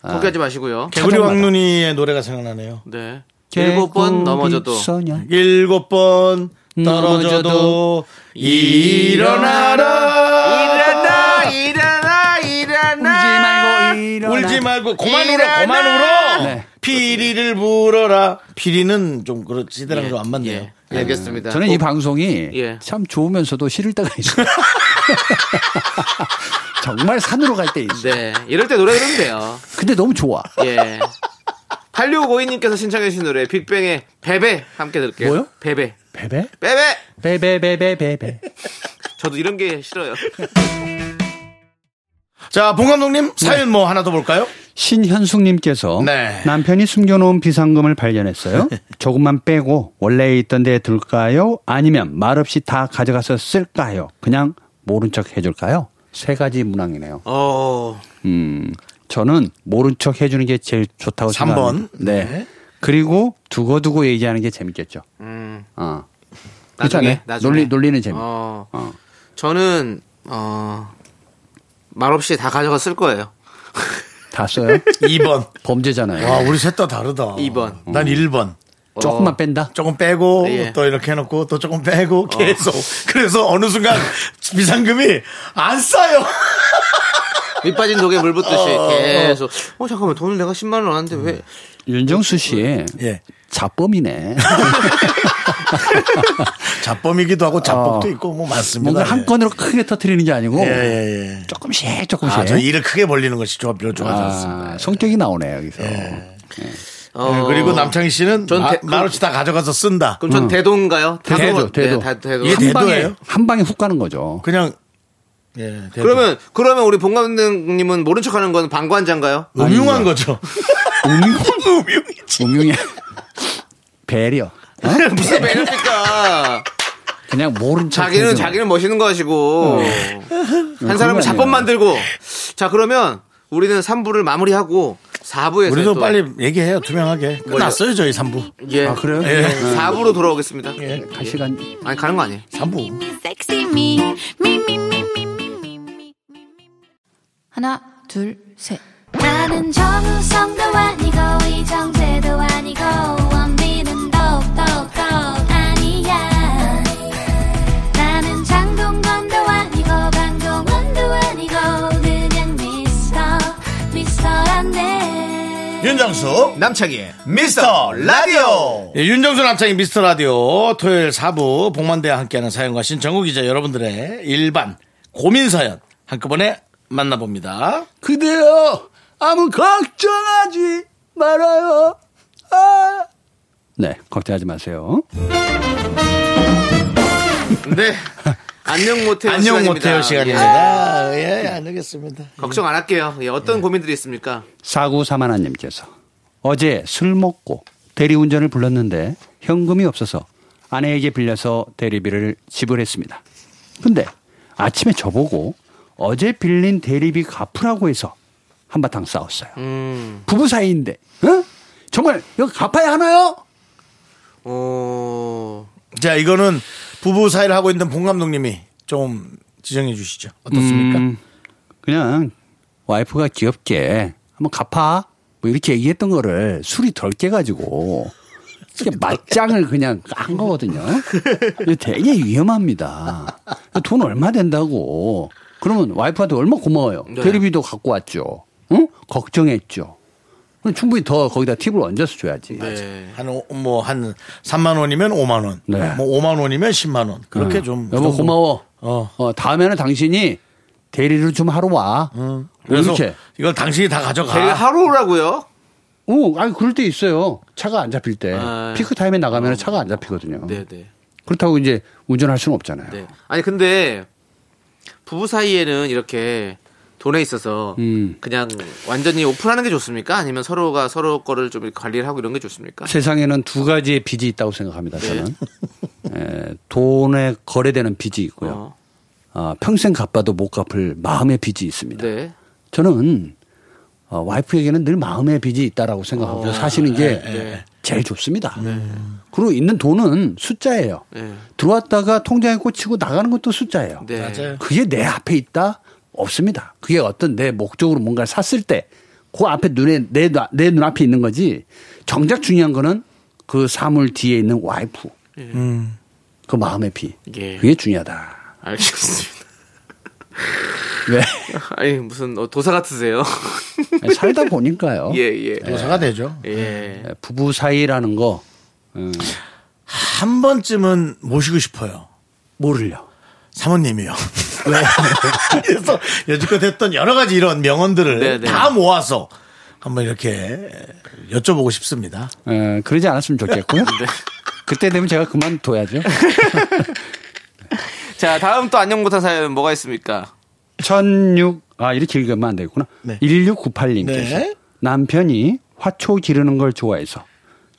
[SPEAKER 2] 예. 포기하지 마시고요.
[SPEAKER 1] 개구리 왕눈이의 노래가 생각나네요.
[SPEAKER 2] 네. 일곱 번 넘어져도
[SPEAKER 6] 개구리소년.
[SPEAKER 1] 일곱 번 떨어져도
[SPEAKER 6] 넘어져도
[SPEAKER 1] 일어나라.
[SPEAKER 2] 일어나 일어나 일어나
[SPEAKER 6] 울지 말고
[SPEAKER 1] 울지 말고 고만 울어
[SPEAKER 2] 일어나.
[SPEAKER 1] 고만 울어
[SPEAKER 6] 네.
[SPEAKER 1] 피리를 불어라 피리는 좀 그렇지대랑 좀 안 맞네요
[SPEAKER 2] 예, 알겠습니다.
[SPEAKER 6] 저는 이 방송이
[SPEAKER 2] 예.
[SPEAKER 6] 참 좋으면서도 싫을 때가 있어요. 정말 산으로 갈 때 있어요.
[SPEAKER 2] 네. 이럴 때 노래 들으면 돼요.
[SPEAKER 6] 근데 너무 좋아.
[SPEAKER 2] 예. 8652님께서 신청해 주신 노래 빅뱅의 베베 함께 들을게요.
[SPEAKER 6] 뭐요?
[SPEAKER 2] 베베.
[SPEAKER 6] 베베?
[SPEAKER 2] 베베.
[SPEAKER 6] 베베베베베베.
[SPEAKER 2] 저도 이런 게 싫어요.
[SPEAKER 1] 자봉 감독님 사연 뭐 하나 더 볼까요
[SPEAKER 6] 신현숙님께서
[SPEAKER 1] 네.
[SPEAKER 6] 남편이 숨겨놓은 비상금을 발견했어요. 조금만 빼고 원래 있던 데에 둘까요? 아니면 말없이 다 가져가서 쓸까요? 그냥 모른 척 해줄까요? 세 가지 문항이네요.
[SPEAKER 2] 어.
[SPEAKER 6] 음, 저는 모른 척 해주는 게 제일 좋다고
[SPEAKER 1] 삼 번.
[SPEAKER 6] 생각합니다. 네.
[SPEAKER 1] 네.
[SPEAKER 6] 그리고 두고두고 얘기하는 게 재밌겠죠.
[SPEAKER 2] 음.
[SPEAKER 6] 아.
[SPEAKER 2] 나중에,
[SPEAKER 6] 그렇잖아요.
[SPEAKER 2] 나중에.
[SPEAKER 6] 논리, 논리는 재미.
[SPEAKER 2] 어.
[SPEAKER 6] 어.
[SPEAKER 2] 저는 어. 말없이 다 가져갔을 거예요.
[SPEAKER 6] 다 써요?
[SPEAKER 1] 2번
[SPEAKER 6] 범죄잖아요.
[SPEAKER 1] 와 우리 어. 셋 다 다르다
[SPEAKER 2] 이 번.
[SPEAKER 1] 난 1번
[SPEAKER 6] 조금만 뺀다?
[SPEAKER 1] 조금 빼고
[SPEAKER 2] 예.
[SPEAKER 1] 또 이렇게 해놓고 또 조금 빼고 계속 그래서 어느 순간 비상금이 안 싸요
[SPEAKER 2] 밑 빠진 독에 물 붓듯이 계속 어 잠깐만 돈을 내가 10만 원 왔는데 왜
[SPEAKER 6] 윤정수 씨,
[SPEAKER 1] 예
[SPEAKER 6] 자범이네.
[SPEAKER 1] 잡범이기도 하고 잡복도
[SPEAKER 6] 어.
[SPEAKER 1] 있고 뭐 많습니다
[SPEAKER 6] 뭔가 한
[SPEAKER 1] 예.
[SPEAKER 6] 건으로 크게 터트리는 게 아니고,
[SPEAKER 1] 예, 예, 예.
[SPEAKER 6] 조금씩, 조금씩.
[SPEAKER 1] 아, 저 일을 크게 벌리는 것이 좋아 별로 좋아하지 않습니다 예.
[SPEAKER 6] 아, 성격이 나오네, 여기서.
[SPEAKER 2] 어.
[SPEAKER 1] 네, 그리고 남창희 씨는 그
[SPEAKER 2] 전
[SPEAKER 1] 마-
[SPEAKER 2] 대-
[SPEAKER 1] 말없이 다 가져가서 쓴다.
[SPEAKER 2] 그럼 전 대도인가요?
[SPEAKER 6] 대도죠, 대도.
[SPEAKER 2] 네, 다 대도.
[SPEAKER 1] 이게
[SPEAKER 6] 한 방에,
[SPEAKER 1] 대도예요?
[SPEAKER 6] 한 방에 훅 가는 거죠.
[SPEAKER 1] 그냥 예. 대도.
[SPEAKER 2] 그러면 그러면 우리 봉감님은 모른 척하는 건 방관자인가요?
[SPEAKER 1] 음흉한 거죠. 음흉 음흉이지.
[SPEAKER 6] 음흉이 배려. 어?
[SPEAKER 2] 무슨 매력일까?
[SPEAKER 6] 그냥 모른 척.
[SPEAKER 2] 자기는
[SPEAKER 6] 해주는
[SPEAKER 2] 자기는 멋있는 거 하시고 한 사람은 자법 만들고 자 그러면 우리는 3부를 마무리하고 4부에서
[SPEAKER 1] 우리도 빨리 얘기해요. 투명하게.
[SPEAKER 2] 음.
[SPEAKER 1] 끝났어요, 저희 3부.
[SPEAKER 2] 예.
[SPEAKER 6] 아, 그래요?
[SPEAKER 2] 예. 4부로 돌아오겠습니다.
[SPEAKER 1] 예.
[SPEAKER 6] 갈 시간.
[SPEAKER 2] 아니 가는 거 아니에요.
[SPEAKER 1] 3부.
[SPEAKER 4] sexy me, me, me, me, me, me, me, me.
[SPEAKER 7] 하나, 둘, 셋.
[SPEAKER 4] 나는 정우성도 아니고 이정재도 아니고 원빈은 더욱더 아니야 나는 장동건도 아니고 방종원도 아니고 그냥 미스터 미스터란데
[SPEAKER 1] 윤정수 남창희 미스터 라디오 예, 윤정수 남창희 미스터 라디오 토요일 4부 복만대와 함께하는 사연과 신청국 기자 여러분들의 일반 고민 사연 한꺼번에 만나봅니다
[SPEAKER 6] 그대여 아무 걱정하지 말아요. 네, 걱정하지 마세요.
[SPEAKER 2] 네. 안녕 모태요
[SPEAKER 1] 안녕
[SPEAKER 2] 시간입니다.
[SPEAKER 1] 못해요
[SPEAKER 2] 예.
[SPEAKER 1] 시간입니다 예, 안녕겠습니다
[SPEAKER 2] 걱정 안 할게요. 예, 어떤 고민들이 있습니까?
[SPEAKER 6] 사구사만한님께서 어제 술 먹고 대리운전을 불렀는데 현금이 없어서 아내에게 빌려서 대리비를 지불했습니다. 근데 아침에 저보고 어제 빌린 대리비 갚으라고 해서 한바탕 싸웠어요. 부부 사이인데, 어? 정말 이거 갚아야 하나요?
[SPEAKER 2] 어,
[SPEAKER 1] 자, 이거는 부부 사이를 하고 있는 봉 감독님이 좀 지정해 주시죠. 어떻습니까?
[SPEAKER 6] 음, 그냥 와이프가 귀엽게 한번 갚아 뭐 이렇게 얘기했던 거를 술이 덜 깨가지고 이게 맞짱을 그냥 깐 거거든요. 이거 되게 위험합니다. 이거 돈 얼마 된다고. 그러면 와이프한테 얼마 고마워요.
[SPEAKER 2] 네.
[SPEAKER 6] 대리비도 갖고 왔죠. 응? 걱정했죠. 그럼 충분히 더 거기다 팁을 얹어서 줘야지.
[SPEAKER 2] 네.
[SPEAKER 1] 한, 뭐, 한 3만 원이면 5만 원.
[SPEAKER 6] 네.
[SPEAKER 1] 뭐 5만 원이면 10만 원. 그렇게
[SPEAKER 6] 응.
[SPEAKER 1] 좀.
[SPEAKER 6] 어. 여보
[SPEAKER 1] 좀-
[SPEAKER 6] 고마워.
[SPEAKER 1] 어.
[SPEAKER 6] 어. 다음에는 당신이 대리를 좀 하러 와.
[SPEAKER 1] 음.
[SPEAKER 6] 뭐
[SPEAKER 1] 그래서
[SPEAKER 6] 이렇게.
[SPEAKER 1] 이걸 당신이 다 가져가.
[SPEAKER 2] 대리 하루 오라고요?
[SPEAKER 6] 어, 아니 그럴 때 있어요. 차가 안 잡힐 때
[SPEAKER 2] 아,
[SPEAKER 6] 피크 타임에 나가면 차가 안 잡히거든요.
[SPEAKER 2] 네, 네.
[SPEAKER 6] 그렇다고 이제 운전할 수는 없잖아요.
[SPEAKER 2] 네. 아니 근데 부부 사이에는 이렇게 돈에 있어서
[SPEAKER 6] 음.
[SPEAKER 2] 그냥 완전히 오픈하는 게 좋습니까? 아니면 서로가 서로 거를 좀 관리를 하고 이런 게 좋습니까?
[SPEAKER 6] 세상에는 두 가지의 빚이 있다고 생각합니다.
[SPEAKER 2] 네.
[SPEAKER 6] 저는 에, 돈에 거래되는 빚이 있고요.
[SPEAKER 2] 어,
[SPEAKER 6] 아, 평생 갚아도 못 갚을 마음의 빚이 있습니다.
[SPEAKER 2] 네.
[SPEAKER 6] 저는 어, 와이프에게는 늘 마음의 빚이 있다라고 생각하고 사시는 게
[SPEAKER 2] 어. 네.
[SPEAKER 6] 제일 좋습니다. 그리고 있는 돈은 숫자예요.
[SPEAKER 2] 네.
[SPEAKER 6] 들어왔다가 통장에 꽂히고 나가는 것도 숫자예요.
[SPEAKER 2] 네.
[SPEAKER 1] 맞아요.
[SPEAKER 6] 그게 내 앞에 있다? 없습니다. 그게 어떤 내 목적으로 뭔가를 샀을 때, 그 앞에 눈에, 내, 놔- 내 눈앞에 있는 거지, 정작 중요한 거는 그 사물 뒤에 있는 와이프. 그 마음의 비.
[SPEAKER 2] 예.
[SPEAKER 6] 그게 중요하다.
[SPEAKER 2] 알겠습니다.
[SPEAKER 6] 왜?
[SPEAKER 2] 아니 무슨 어, 도사 같으세요?
[SPEAKER 6] 살다 보니까요.
[SPEAKER 2] 예, 예.
[SPEAKER 1] 조사가
[SPEAKER 6] 네.
[SPEAKER 1] 되죠.
[SPEAKER 2] 예.
[SPEAKER 6] 부부 사이라는 거,
[SPEAKER 1] 한 번쯤은 모시고 싶어요.
[SPEAKER 6] 모를려.
[SPEAKER 1] 사모님이요. 네. 그래서 여지껏 했던 여러 가지 이런 명언들을
[SPEAKER 2] 네, 네.
[SPEAKER 1] 다 모아서 한번 이렇게 여쭤보고 싶습니다.
[SPEAKER 6] 에, 예, 그러지 않았으면
[SPEAKER 2] 네.
[SPEAKER 6] 좋겠고요. 그때 되면 제가 그만둬야죠.
[SPEAKER 2] 자, 다음 또 안녕 못한 사연 뭐가 있습니까?
[SPEAKER 6] 1006, 아, 이렇게 읽으면 안 되겠구나.
[SPEAKER 1] 네.
[SPEAKER 6] 1698님께서
[SPEAKER 1] 네.
[SPEAKER 6] 남편이 화초 기르는 걸 좋아해서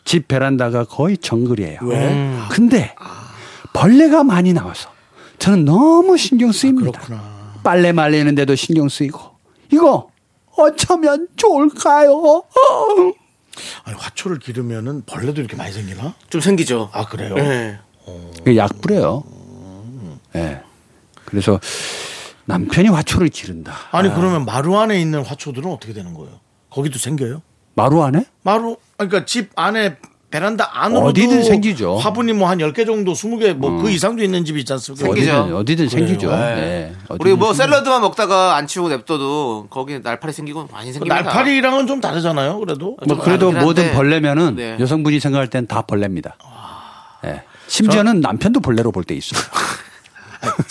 [SPEAKER 6] 집 베란다가 거의 정글이에요. 음. 근데
[SPEAKER 1] 아.
[SPEAKER 6] 벌레가 많이 나와서 저는 너무
[SPEAKER 1] 아,
[SPEAKER 6] 신경 쓰입니다. 빨래 말리는데도 신경 쓰이고 이거 어쩌면 좋을까요? 어.
[SPEAKER 1] 아니, 화초를 기르면은 벌레도 이렇게 많이 생기나?
[SPEAKER 2] 좀 생기죠.
[SPEAKER 1] 아, 그래요?
[SPEAKER 2] 예.
[SPEAKER 6] 그약 뿌려요. 예. 그래서 남편이 화초를 기른다.
[SPEAKER 1] 아니, 그러면 마루 안에 있는 화초들은 어떻게 되는 거예요? 거기도 생겨요?
[SPEAKER 6] 마루 안에?
[SPEAKER 1] 마루, 아니, 그러니까 집 안에 베란다 안으로도
[SPEAKER 6] 어디든 생기죠.
[SPEAKER 1] 화분이 뭐 한 10개 정도, 20개 뭐 그 이상도 있는 집이 있지 않습니까?
[SPEAKER 2] 생기죠.
[SPEAKER 6] 어디든, 어디든 생기죠.
[SPEAKER 1] 예.
[SPEAKER 6] 예.
[SPEAKER 2] 우리
[SPEAKER 6] 어디든
[SPEAKER 2] 뭐
[SPEAKER 6] 생기죠.
[SPEAKER 2] 샐러드만 먹다가 안 치우고 냅둬도 거기 날파리 생기고 많이
[SPEAKER 1] 그
[SPEAKER 2] 생깁니다.
[SPEAKER 1] 날파리랑은 좀 다르잖아요, 그래도.
[SPEAKER 6] 뭐
[SPEAKER 2] 좀 다르긴
[SPEAKER 6] 그래도
[SPEAKER 2] 한데.
[SPEAKER 6] 뭐든 벌레면은
[SPEAKER 2] 네.
[SPEAKER 6] 여성분이 생각할 땐 다 벌레입니다. 예. 심지어는 남편도 벌레로 볼 때 있어요.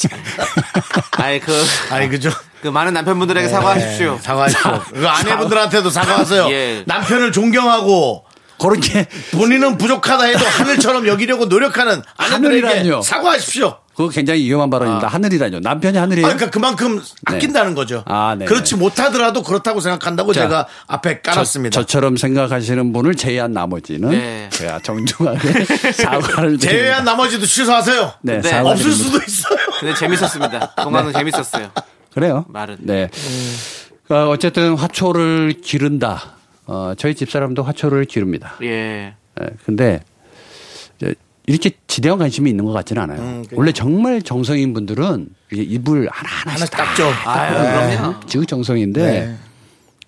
[SPEAKER 2] 아이 그,
[SPEAKER 1] 아니, 그죠?
[SPEAKER 2] 그 많은 남편분들에게 사과하십시오.
[SPEAKER 1] 네, 사과하십시오. 그 아내분들한테도 사과하세요.
[SPEAKER 2] 예.
[SPEAKER 1] 남편을 존경하고
[SPEAKER 6] 그렇게
[SPEAKER 1] 본인은 부족하다 해도 하늘처럼 여기려고 노력하는 아내들에게
[SPEAKER 6] 하늘이라뇨.
[SPEAKER 1] 사과하십시오.
[SPEAKER 6] 그거 굉장히 위험한 발언입니다. 하늘이라뇨. 남편이
[SPEAKER 1] 아,
[SPEAKER 6] 하늘이에요.
[SPEAKER 1] 그러니까 그만큼 아낀다는 거죠.
[SPEAKER 6] 예? 네. 아, 네.
[SPEAKER 1] 그렇지 못하더라도 그렇다고 생각한다고
[SPEAKER 6] 자,
[SPEAKER 1] 제가 앞에 깔았습니다.
[SPEAKER 6] 저, 처럼 생각하시는 분을 제외한 나머지는
[SPEAKER 2] 네.
[SPEAKER 6] 제가 정중하게
[SPEAKER 1] 제외한
[SPEAKER 6] 사과를 드립니다.
[SPEAKER 1] 나머지도 취소하세요.
[SPEAKER 6] 네,
[SPEAKER 2] 네.
[SPEAKER 6] 사과드립니다.
[SPEAKER 1] 없을 수도 있어요.
[SPEAKER 2] 근데 재밌었습니다.
[SPEAKER 1] 네.
[SPEAKER 2] 동화는 재밌었어요.
[SPEAKER 6] 그래요.
[SPEAKER 2] 말은.
[SPEAKER 6] 네.
[SPEAKER 1] 음.
[SPEAKER 6] 어, 어쨌든 화초를 기른다. 어, 저희 집사람도 화초를 기릅니다.
[SPEAKER 2] 예.
[SPEAKER 6] 예, 근데 이제 이렇게 지대한 관심이 있는 것 같지는
[SPEAKER 1] 음,
[SPEAKER 6] 않아요.
[SPEAKER 1] 그러니까.
[SPEAKER 6] 원래 정말 정성인 분들은 이게 입을 하나
[SPEAKER 1] 하나씩
[SPEAKER 6] 하나씩 딱
[SPEAKER 1] 닦죠. 네.
[SPEAKER 2] 아유, 그럼요.
[SPEAKER 6] 지극 정성인데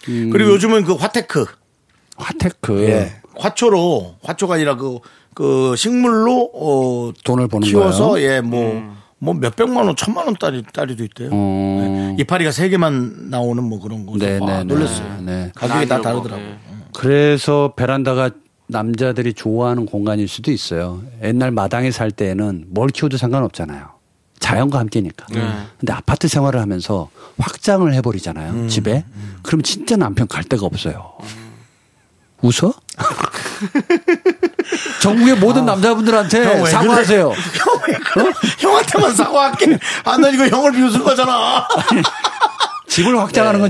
[SPEAKER 1] 그리고 요즘은 그 화테크,
[SPEAKER 6] 화테크
[SPEAKER 1] 예. 화초로 화초가 아니라 그, 그 식물로 어,
[SPEAKER 6] 돈을 버는
[SPEAKER 1] 키워서
[SPEAKER 6] 거예요?
[SPEAKER 1] 예뭐 뭐 몇백만 원, 천만 원 딸이, 딸이도 있대요.
[SPEAKER 6] 어.
[SPEAKER 1] 네. 이파리가 세 개만 나오는 뭐 그런 거.
[SPEAKER 6] 네,
[SPEAKER 1] 아,
[SPEAKER 6] 네, 네.
[SPEAKER 1] 놀랐어요.
[SPEAKER 6] 네.
[SPEAKER 1] 가격이 다
[SPEAKER 2] 안 들고,
[SPEAKER 1] 다르더라고.
[SPEAKER 2] 예.
[SPEAKER 1] 요 뭐, 네.
[SPEAKER 6] 그래서 베란다가 남자들이 좋아하는 공간일 수도 있어요. 옛날 마당에 살 때에는 뭘 키워도 상관없잖아요. 자연과 함께니까.
[SPEAKER 1] 네.
[SPEAKER 6] 근데 아파트 생활을 하면서 확장을 해버리잖아요.
[SPEAKER 1] 음,
[SPEAKER 6] 집에. 그럼 진짜 남편 갈 데가 없어요. 웃어? 전국의 모든 남자분들한테
[SPEAKER 1] 아. 왜
[SPEAKER 6] 사과하세요.
[SPEAKER 1] 형왜 그래? 형한테만 사과할게. 아, 난 이거 형을 비웃은 거잖아.
[SPEAKER 6] 집을 확장하는 건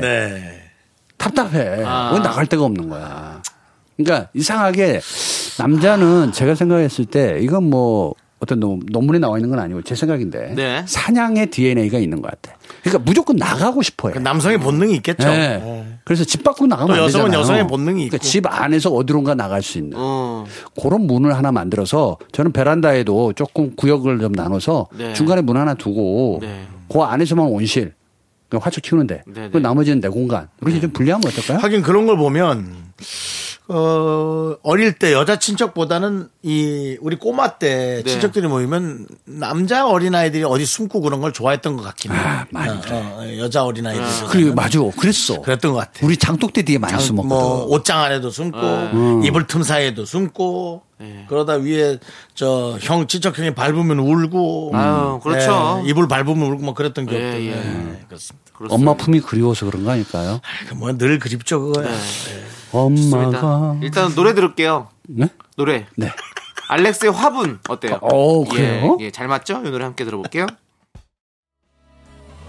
[SPEAKER 1] 네. 아.
[SPEAKER 6] 답답해. 왜 나갈 데가 없는 거야. 그러니까 이상하게 남자는 제가 생각했을 때 이건 뭐 어떤 논- 논문에 나와 있는 건 아니고 제 생각인데
[SPEAKER 2] 네.
[SPEAKER 6] 사냥의 DNA가 있는 것 같아. 그러니까 무조건 나가고 싶어해.
[SPEAKER 1] 그 남성의 본능이 있겠죠.
[SPEAKER 6] 네. 그래서 집 밖으로 나가면
[SPEAKER 1] 또
[SPEAKER 6] 안
[SPEAKER 1] 여성은
[SPEAKER 6] 되잖아요.
[SPEAKER 1] 여성의 본능이 있고.
[SPEAKER 6] 그러니까 집 안에서 어디론가 나갈 수 있는
[SPEAKER 2] 어.
[SPEAKER 1] 음.
[SPEAKER 6] 그런 문을 하나 만들어서 저는 베란다에도 조금 구역을 좀 나눠서
[SPEAKER 2] 네.
[SPEAKER 6] 중간에 문 하나 두고
[SPEAKER 2] 네.
[SPEAKER 6] 그 안에서만 온실 그 화초 키우는데
[SPEAKER 2] 네,
[SPEAKER 6] 그
[SPEAKER 2] 네.
[SPEAKER 6] 나머지는 내 공간 이렇게 좀 분리하면 어떨까요?
[SPEAKER 1] 하긴 그런 걸 보면 어 어릴 때 여자 친척보다는 이 우리 꼬마 때
[SPEAKER 2] 네.
[SPEAKER 1] 친척들이 모이면 남자 어린 아이들이 어디 숨고 그런 걸 좋아했던 것 같긴 해요.
[SPEAKER 6] 많이
[SPEAKER 1] 어, 어, 여자 어린 아이들.
[SPEAKER 6] 그리고 맞아 그랬어.
[SPEAKER 1] 그랬던 것 같아.
[SPEAKER 6] 우리 장독대 뒤에 많이 숨었거든.
[SPEAKER 1] 뭐 옷장 안에도 숨고 이불 틈 사이에도 숨고 그러다 위에 저 형 친척 형이 밟으면 울고
[SPEAKER 2] 음. 아유, 그렇죠.
[SPEAKER 1] 예, 이불 밟으면 울고 뭐 그랬던 기억도
[SPEAKER 2] 예, 예.
[SPEAKER 1] 예, 그렇습니다.
[SPEAKER 6] 엄마 품이 그리워서 그런 거 아닐까요?
[SPEAKER 1] 뭐늘 그립죠 그거. 야
[SPEAKER 6] 엄마가
[SPEAKER 2] 일단, 일단 노래 들을게요.
[SPEAKER 6] 네?
[SPEAKER 2] 노래.
[SPEAKER 6] 네.
[SPEAKER 2] 알렉스의 화분 어때요?
[SPEAKER 6] 어, 그래요?
[SPEAKER 2] 예, 예, 잘 맞죠? 이 노래 함께 들어볼게요.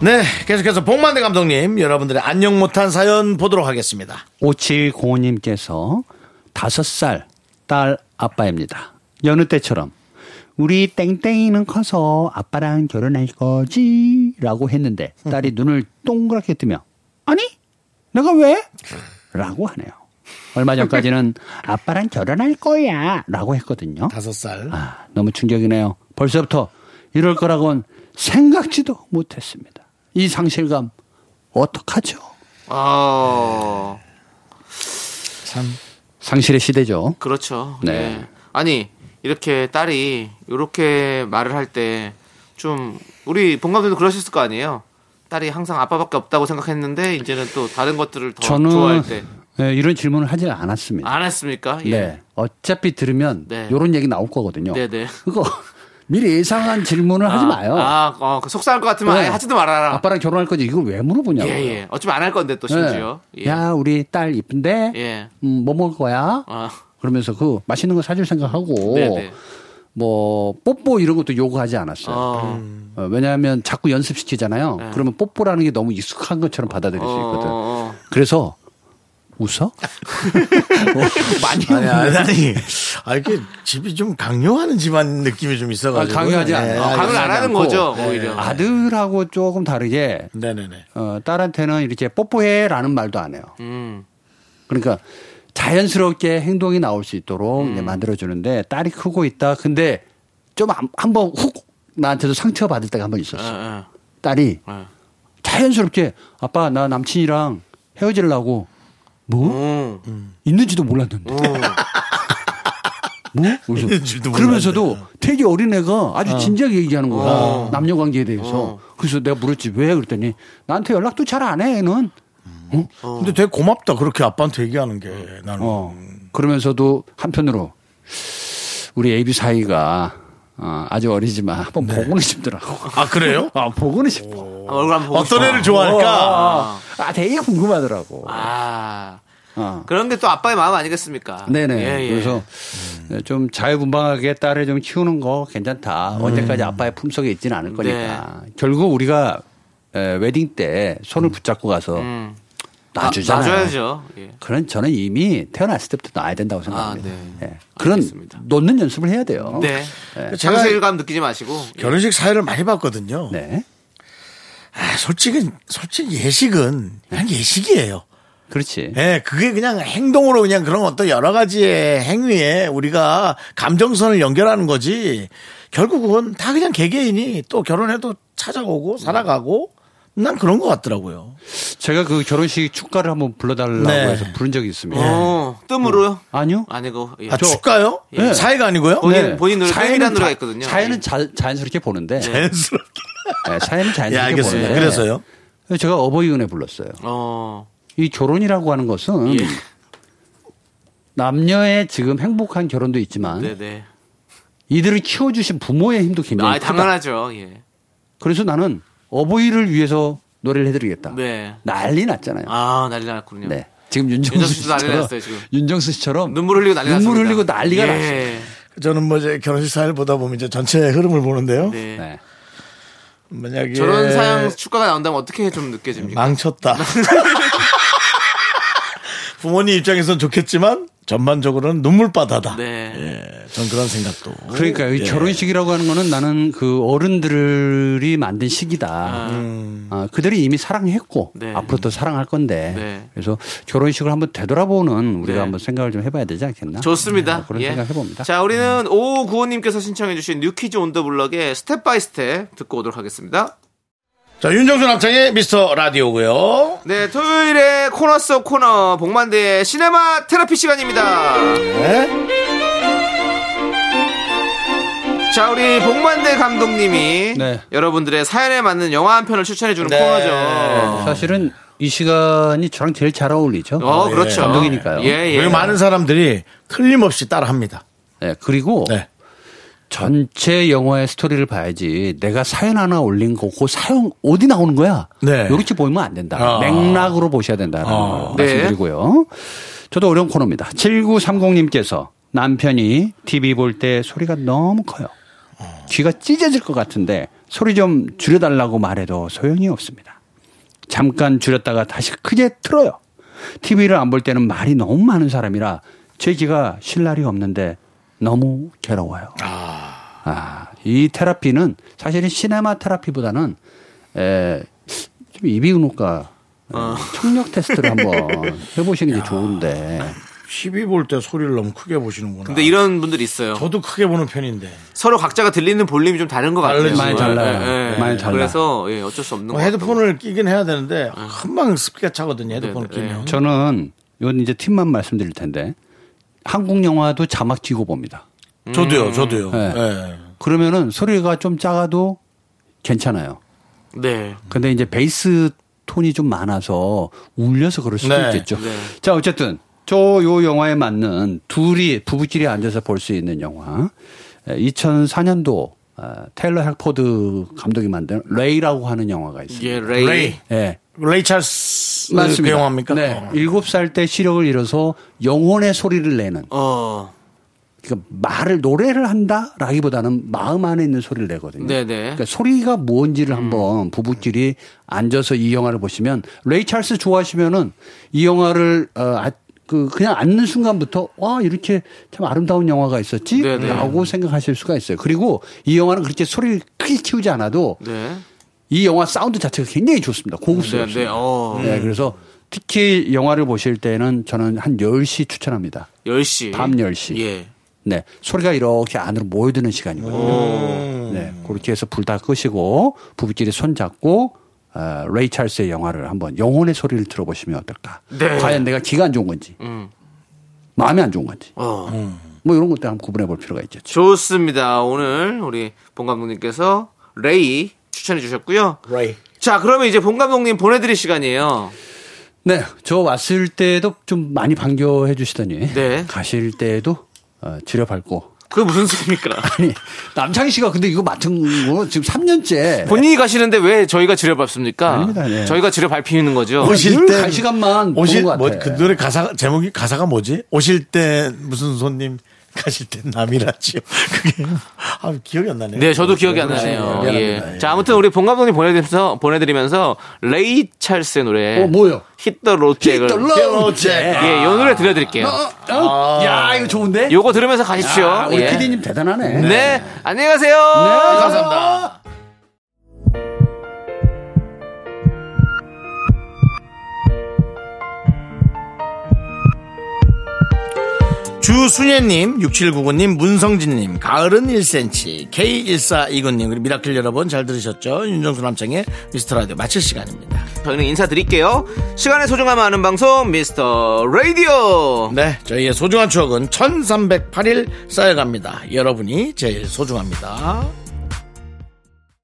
[SPEAKER 1] 네, 계속해서 복만대 감독님 여러분들의 안녕 못한 사연 보도록 하겠습니다.
[SPEAKER 6] 5705님께서 다섯 살 딸 아빠입니다. 여느 때처럼 우리 땡땡이는 커서 아빠랑 결혼할 거지 라고 했는데 딸이 눈을 동그랗게 뜨며 아니 내가 왜? 라고 하네요. 얼마 전까지는 아빠랑 결혼할 거야 라고 했거든요.
[SPEAKER 1] 다섯 살.
[SPEAKER 6] 아, 너무 충격이네요. 벌써부터 이럴 거라고는 생각지도 못했습니다. 이 상실감 어떡하죠?
[SPEAKER 2] 아,
[SPEAKER 6] 상실의 시대죠.
[SPEAKER 2] 그렇죠.
[SPEAKER 6] 네.
[SPEAKER 2] 예. 아니, 이렇게 딸이 이렇게 말을 할 때 좀 우리 본감독도 그러셨을 거 아니에요? 딸이 항상 아빠밖에 없다고 생각했는데 이제는 또 다른 것들을 더
[SPEAKER 6] 저는
[SPEAKER 2] 좋아할 때 안
[SPEAKER 6] 예, 이런 질문을 하지 않았습니다.
[SPEAKER 2] 했습니까? 예.
[SPEAKER 6] 네. 어차피 들으면
[SPEAKER 2] 네.
[SPEAKER 6] 이런 얘기 나올 거거든요.
[SPEAKER 2] 네, 네.
[SPEAKER 6] 그거 미리 예상한 질문을 하지 마요.
[SPEAKER 2] 아, 어, 그 속상할 것 같으면 아예
[SPEAKER 6] 네.
[SPEAKER 2] 하지도 말아라.
[SPEAKER 6] 아빠랑 결혼할 거지 이걸 왜 물어보냐고.
[SPEAKER 2] 예, 예. 어쩌면 안 할 건데 또 심지어. 예.
[SPEAKER 6] 네. 야 우리 딸 이쁜데
[SPEAKER 2] 예.
[SPEAKER 6] 음, 뭐 먹을 거야?
[SPEAKER 2] 아,
[SPEAKER 6] 그러면서 그 맛있는 거 사줄 생각하고
[SPEAKER 2] 네, 네.
[SPEAKER 6] 뭐 뽀뽀 이런 것도 요구하지 않았어요.
[SPEAKER 2] 어.
[SPEAKER 6] 어, 왜냐하면 자꾸 연습시키잖아요.
[SPEAKER 2] 네.
[SPEAKER 6] 그러면 뽀뽀라는 게 너무 익숙한 것처럼 받아들일 수 있거든.
[SPEAKER 2] 어, 어.
[SPEAKER 6] 그래서 웃어? 많이
[SPEAKER 1] 아니 아니 아니. 아 이게 집이 좀 강요하는 집안 느낌이 좀 있어가지고.
[SPEAKER 6] 아, 강요하지 않아요.
[SPEAKER 1] 네,
[SPEAKER 6] 아,
[SPEAKER 2] 강을 안 하는
[SPEAKER 6] 않고.
[SPEAKER 2] 거죠, 오히려.
[SPEAKER 6] 아들하고 조금 다르게
[SPEAKER 1] 네네네.
[SPEAKER 6] 어, 딸한테는 이렇게 뽀뽀해라는 말도 안 해요.
[SPEAKER 2] 음.
[SPEAKER 6] 그러니까 자연스럽게 행동이 나올 수 있도록 이제 만들어주는데 딸이 크고 있다. 근데 좀 한- 한번 훅 나한테도 상처 받을 때가 한 번
[SPEAKER 2] 예,
[SPEAKER 6] 있었어. 요
[SPEAKER 2] 예.
[SPEAKER 6] 딸이
[SPEAKER 2] 예.
[SPEAKER 6] 자연스럽게 아빠 나 남친이랑 헤어지려고 뭐
[SPEAKER 2] 음.
[SPEAKER 6] 있는지도 몰랐는데
[SPEAKER 2] 음.
[SPEAKER 6] 뭐 그래서
[SPEAKER 1] 있는지도
[SPEAKER 6] 그러면서도 되게 어린 애가 아주 진지하게 얘기하는 거야
[SPEAKER 2] 어.
[SPEAKER 6] 남녀 관계에 대해서
[SPEAKER 2] 어.
[SPEAKER 6] 그래서 내가 물었지 왜 그랬더니 나한테 연락도 잘 안 해 애는
[SPEAKER 1] 근데 되게 고맙다 그렇게 아빠한테 얘기하는 게 나는.
[SPEAKER 6] 어. 그러면서도 한편으로 우리 AB 사이가 어, 아주 어리지만 한번 보고는 싶더라고.
[SPEAKER 1] 아 그래요?
[SPEAKER 6] 아, 보고는 싶어.
[SPEAKER 2] 아, 얼굴 한번 보고
[SPEAKER 1] 어떤
[SPEAKER 2] 싶다.
[SPEAKER 1] 애를 좋아할까?
[SPEAKER 6] 아, 되게 궁금하더라고.
[SPEAKER 2] 아.
[SPEAKER 6] 어.
[SPEAKER 2] 그런 게 또 아빠의 마음 아니겠습니까?
[SPEAKER 6] 네네.
[SPEAKER 2] 예, 예.
[SPEAKER 6] 그래서 좀 자유분방하게 딸을 좀 키우는 거 괜찮다. 언제까지 아빠의 품속에 있지는 않을 거니까. 결국 우리가 에, 웨딩 때 손을 붙잡고 가서
[SPEAKER 2] 음.
[SPEAKER 6] 놔주잖아요.
[SPEAKER 2] 놔줘야죠. 예.
[SPEAKER 6] 그런 저는 이미 태어났을 때부터 놔야 된다고 생각합니다.
[SPEAKER 2] 아, 네.
[SPEAKER 6] 예. 그런
[SPEAKER 2] 알겠습니다.
[SPEAKER 6] 놓는 연습을 해야 돼요.
[SPEAKER 2] 네.
[SPEAKER 1] 제가
[SPEAKER 2] 장세일감 느끼지 마시고. 예.
[SPEAKER 1] 결혼식 사회를 많이 봤거든요.
[SPEAKER 6] 네.
[SPEAKER 1] 아, 솔직히 솔직히 예식은 그냥 예식이에요.
[SPEAKER 6] 그렇지.
[SPEAKER 2] 네.
[SPEAKER 1] 예, 그게 그냥 행동으로 그냥 그런 어떤 여러 가지의 행위에 우리가 감정선을 연결하는 거지. 결국 그건 다 그냥 개개인이 또 결혼해도 찾아오고 살아가고 난 그런 것 같더라고요.
[SPEAKER 6] 제가 그 결혼식 축가를 한번 불러달라고
[SPEAKER 1] 네.
[SPEAKER 6] 해서 부른 적이 있습니다.
[SPEAKER 2] 어, 뜸으로요?
[SPEAKER 6] 네. 음. 아니요. 네.
[SPEAKER 2] 아니고. 예.
[SPEAKER 1] 아, 축가요?
[SPEAKER 2] 예. 뭐
[SPEAKER 1] 사회가 아니고요? 네.
[SPEAKER 2] 본인- 본인 노래 땡이라는 노래가
[SPEAKER 6] 자-
[SPEAKER 2] 있거든요. 네.
[SPEAKER 6] 사연은 자, 자연스럽게 보는데
[SPEAKER 1] 자연스럽게.
[SPEAKER 6] 네, 사연은
[SPEAKER 1] 예,
[SPEAKER 6] 자연스럽게
[SPEAKER 1] 알겠습니다.
[SPEAKER 6] 보는데
[SPEAKER 1] 그래서요.
[SPEAKER 6] 제가 어버이 은혜 불렀어요.
[SPEAKER 2] 어.
[SPEAKER 6] 이 결혼이라고 하는 것은
[SPEAKER 2] 예.
[SPEAKER 6] 남녀의 지금 행복한 결혼도 있지만
[SPEAKER 2] 네네.
[SPEAKER 6] 이들을 키워주신 부모의 힘도 굉장히
[SPEAKER 2] 아,
[SPEAKER 6] 네, 크다.
[SPEAKER 2] 당연하죠. 예.
[SPEAKER 6] 그래서 나는 어버이를 위해서 노래를 해드리겠다.
[SPEAKER 2] 네.
[SPEAKER 6] 난리 났잖아요.
[SPEAKER 2] 아, 난리 났군요.
[SPEAKER 6] 네. 지금
[SPEAKER 2] 윤정수
[SPEAKER 6] 윤정수
[SPEAKER 2] 씨도 난리
[SPEAKER 6] 씨처럼
[SPEAKER 2] 났어요, 지금.
[SPEAKER 6] 윤정수 씨처럼
[SPEAKER 2] 눈물 흘리고 난리 났습니다.
[SPEAKER 6] 눈물 흘리고 난리가 났어요.
[SPEAKER 2] 예.
[SPEAKER 1] 저는 뭐 이제 결혼식 사회를 보다 보면 이제 전체의 흐름을 보는데요.
[SPEAKER 2] 네.
[SPEAKER 6] 네.
[SPEAKER 1] 만약에
[SPEAKER 2] 저런 사양 축가가 나온다면 어떻게 좀 느껴집니까?
[SPEAKER 1] 망쳤다. 부모님 입장에선 좋겠지만 전반적으로는 눈물바다다.
[SPEAKER 2] 네.
[SPEAKER 1] 예, 전 그런 생각도.
[SPEAKER 6] 그러니까 이
[SPEAKER 1] 예.
[SPEAKER 6] 결혼식이라고 하는 거는 나는 그 어른들이 만든 식이다. 아, 그들이 이미 사랑했고
[SPEAKER 2] 네.
[SPEAKER 6] 앞으로도 사랑할 건데.
[SPEAKER 2] 네.
[SPEAKER 6] 그래서 결혼식을 한번 되돌아보는 우리가
[SPEAKER 2] 네.
[SPEAKER 6] 한번 생각을 좀 해봐야 되지 않겠나?
[SPEAKER 2] 좋습니다.
[SPEAKER 6] 네, 그런
[SPEAKER 2] 예.
[SPEAKER 6] 생각 해봅니다. 음.
[SPEAKER 2] 자, 우리는 5595님께서 신청해주신 뉴키즈 온 더 블럭의 스텝 바이 스텝 듣고 오도록 하겠습니다.
[SPEAKER 1] 자, 윤정수 남창의 미스터 라디오고요
[SPEAKER 2] 네, 토요일에 코너 속 코너 복만대의 시네마 테라피 시간입니다.
[SPEAKER 1] 네?
[SPEAKER 2] 자, 우리 복만대 감독님이
[SPEAKER 6] 네.
[SPEAKER 2] 여러분들의 사연에 맞는 영화 한 편을 추천해주는
[SPEAKER 1] 네.
[SPEAKER 2] 코너죠.
[SPEAKER 6] 사실은 이 시간이 저랑 제일 잘 어울리죠.
[SPEAKER 2] 어, 그렇죠.
[SPEAKER 6] 감독이니까요.
[SPEAKER 2] 예, 예.
[SPEAKER 1] 그리고 많은 사람들이 틀림없이 따라 합니다.
[SPEAKER 6] 네, 그리고
[SPEAKER 1] 네.
[SPEAKER 6] 전체 영화의 스토리를 봐야지 내가 사연 하나 올린 거고 그 사연 어디 나오는 거야?
[SPEAKER 1] 네.
[SPEAKER 6] 요렇게 보면 안 된다.
[SPEAKER 1] 아.
[SPEAKER 6] 맥락으로 보셔야 된다라는 걸
[SPEAKER 2] 네.
[SPEAKER 6] 말씀드리고요. 저도 어려운 코너입니다. 7930님께서 남편이 TV 볼 때 소리가 너무 커요. 귀가 찢어질 것 같은데 소리 좀 줄여달라고 말해도 소용이 없습니다. 잠깐 줄였다가 다시 크게 틀어요. TV를 안 볼 때는 말이 너무 많은 사람이라 제 귀가 쉴 날이 없는데 너무 괴로워요. 아, 이 테라피는 사실은 시네마 테라피보다는 에, 좀 이비인후과 청력 테스트를 한번 해보시는 게 좋은데
[SPEAKER 1] TV 볼 때 소리를 너무 크게 보시는구나.
[SPEAKER 2] 근데 이런 분들 있어요.
[SPEAKER 1] 저도 크게 보는 편인데.
[SPEAKER 2] 서로 각자가 들리는 볼륨이 좀 다른 것 같아요. 예,
[SPEAKER 1] 다르지. 많이
[SPEAKER 6] 달라요. 네, 많이 달라.
[SPEAKER 2] 그래서 예, 어쩔 수 없는
[SPEAKER 1] 뭐
[SPEAKER 2] 것 같아요.
[SPEAKER 1] 헤드폰을 끼긴 해야 되는데 금방 습기가 차거든요. 헤드폰을 끼면.
[SPEAKER 6] 저는 이건 이제 팁만 말씀드릴 텐데 한국 영화도 자막 쥐고 봅니다.
[SPEAKER 1] 음. 저도요. 저도요.
[SPEAKER 6] 네.
[SPEAKER 1] 예.
[SPEAKER 6] 그러면은 소리가 좀 작아도 괜찮아요.
[SPEAKER 2] 네.
[SPEAKER 6] 근데 이제 베이스 톤이 좀 많아서 울려서 그럴 수도
[SPEAKER 1] 네.
[SPEAKER 6] 있겠죠.
[SPEAKER 2] 네.
[SPEAKER 6] 자, 어쨌든 저 요 영화에 맞는 둘이 부부끼리 앉아서 볼 수 있는 영화. 2004년도 아, 테일러 헬포드 감독이 만든 레이라고 하는 영화가 있어요.
[SPEAKER 2] 예, 레이.
[SPEAKER 1] 레이.
[SPEAKER 6] 예.
[SPEAKER 1] 레이 찰스 그
[SPEAKER 6] 맞습니다.
[SPEAKER 1] 영화입니까?
[SPEAKER 6] 네. 일곱 살 때 시력을 잃어서 영혼의 소리를 내는
[SPEAKER 2] 어.
[SPEAKER 6] 그러니까 말을 노래를 한다라기보다는 마음 안에 있는 소리를 내거든요.
[SPEAKER 2] 네네. 음.
[SPEAKER 6] 그러니까 소리가 뭔지를 한번 부부끼리 앉아서 이 영화를 보시면 레이 찰스 좋아하시면은 이 영화를 어, 아, 그 그냥 앉는 순간부터 와 이렇게 참 아름다운 영화가
[SPEAKER 2] 네네.
[SPEAKER 6] 있었지라고 생각하실 수가 있어요. 그리고 이 영화는 그렇게 소리를 크게 키우지 않아도
[SPEAKER 2] 네.
[SPEAKER 6] 이 영화 사운드 자체가 굉장히 좋습니다.
[SPEAKER 2] 네,
[SPEAKER 6] 고급스럽습니다.
[SPEAKER 2] 네. 어.
[SPEAKER 6] 네, 그래서 특히 영화를 보실 때는 저는 한 10시 추천합니다.
[SPEAKER 2] 10시.
[SPEAKER 6] 밤 10시.
[SPEAKER 2] 예.
[SPEAKER 6] 네, 소리가 이렇게 안으로 모여드는
[SPEAKER 2] 음.
[SPEAKER 6] 시간이거든요. 네, 그렇게 해서 불 다 끄시고 부부끼리 손 잡고 어, 레이 찰스의 영화를 한번 영혼의 소리를 들어보시면 어떨까?
[SPEAKER 2] 네. 음.
[SPEAKER 6] 과연 내가 귀가 안 좋은 건지, 마음이 안 좋은 건지,
[SPEAKER 2] 어.
[SPEAKER 6] 뭐 이런 것들 한번 구분해 볼 필요가 있겠죠.
[SPEAKER 2] 좋습니다. 오늘 우리 본 감독님께서 레이 추천해 주셨고요.
[SPEAKER 1] 레이.
[SPEAKER 2] 자, 그러면 이제 본 감독님 보내드릴 시간이에요.
[SPEAKER 6] 네, 저 왔을 때도 좀 많이 반겨해 주시더니
[SPEAKER 2] 네.
[SPEAKER 6] 가실 때도 어, 지려밟고.
[SPEAKER 2] 그게 무슨 소리입니까?
[SPEAKER 6] 아니 남창희 씨가 근데 이거 맡은 거 지금 3년째
[SPEAKER 2] 본인이 가시는데 왜 저희가 지뢰밟습니까?
[SPEAKER 6] 아닙니다, 예. 어,
[SPEAKER 2] 저희가 지뢰밟히는 거죠.
[SPEAKER 1] 오실
[SPEAKER 6] 늘갈
[SPEAKER 1] 때
[SPEAKER 6] 시간만
[SPEAKER 1] 오실
[SPEAKER 6] 보는 것 같아.
[SPEAKER 1] 뭐그 노래 가사 제목이 가사가 뭐지? 오실 때 무슨 손님 가실 때 남이라지요. 그게 아 기억이 안 나네요.
[SPEAKER 2] 네, 저도 기억이 안 나네요.
[SPEAKER 1] 네, 미안합니다.
[SPEAKER 2] 예.
[SPEAKER 1] 예.
[SPEAKER 2] 자, 아무튼 우리 본 감독님 보내드리면서, 보내드리면서 레이 찰스의 노래.
[SPEAKER 6] 어 뭐요?
[SPEAKER 2] 히터 네, 로잭을.
[SPEAKER 6] 힐러제.
[SPEAKER 2] 예, 요 노래 들려드릴게요.
[SPEAKER 6] 어? 야 이거 좋은데?
[SPEAKER 2] 아. 요거 들으면서 가십시오.
[SPEAKER 6] 아. 우리
[SPEAKER 2] 예.
[SPEAKER 6] PD님 대단하네.
[SPEAKER 2] 네, 안녕히 가세요.
[SPEAKER 6] 감사합니다.
[SPEAKER 1] 주순예님, 6799님, 문성진님, 가을은 1cm, K1429님, 그리고 미라클 여러분 잘 들으셨죠? 윤정수 남창의 미스터라디오 마칠 시간입니다.
[SPEAKER 2] 저희는 인사드릴게요. 시간의 소중함 아는 방송, 미스터 라디오.
[SPEAKER 1] 네, 저희의 소중한 추억은 1308일 쌓여갑니다. 여러분이 제일 소중합니다.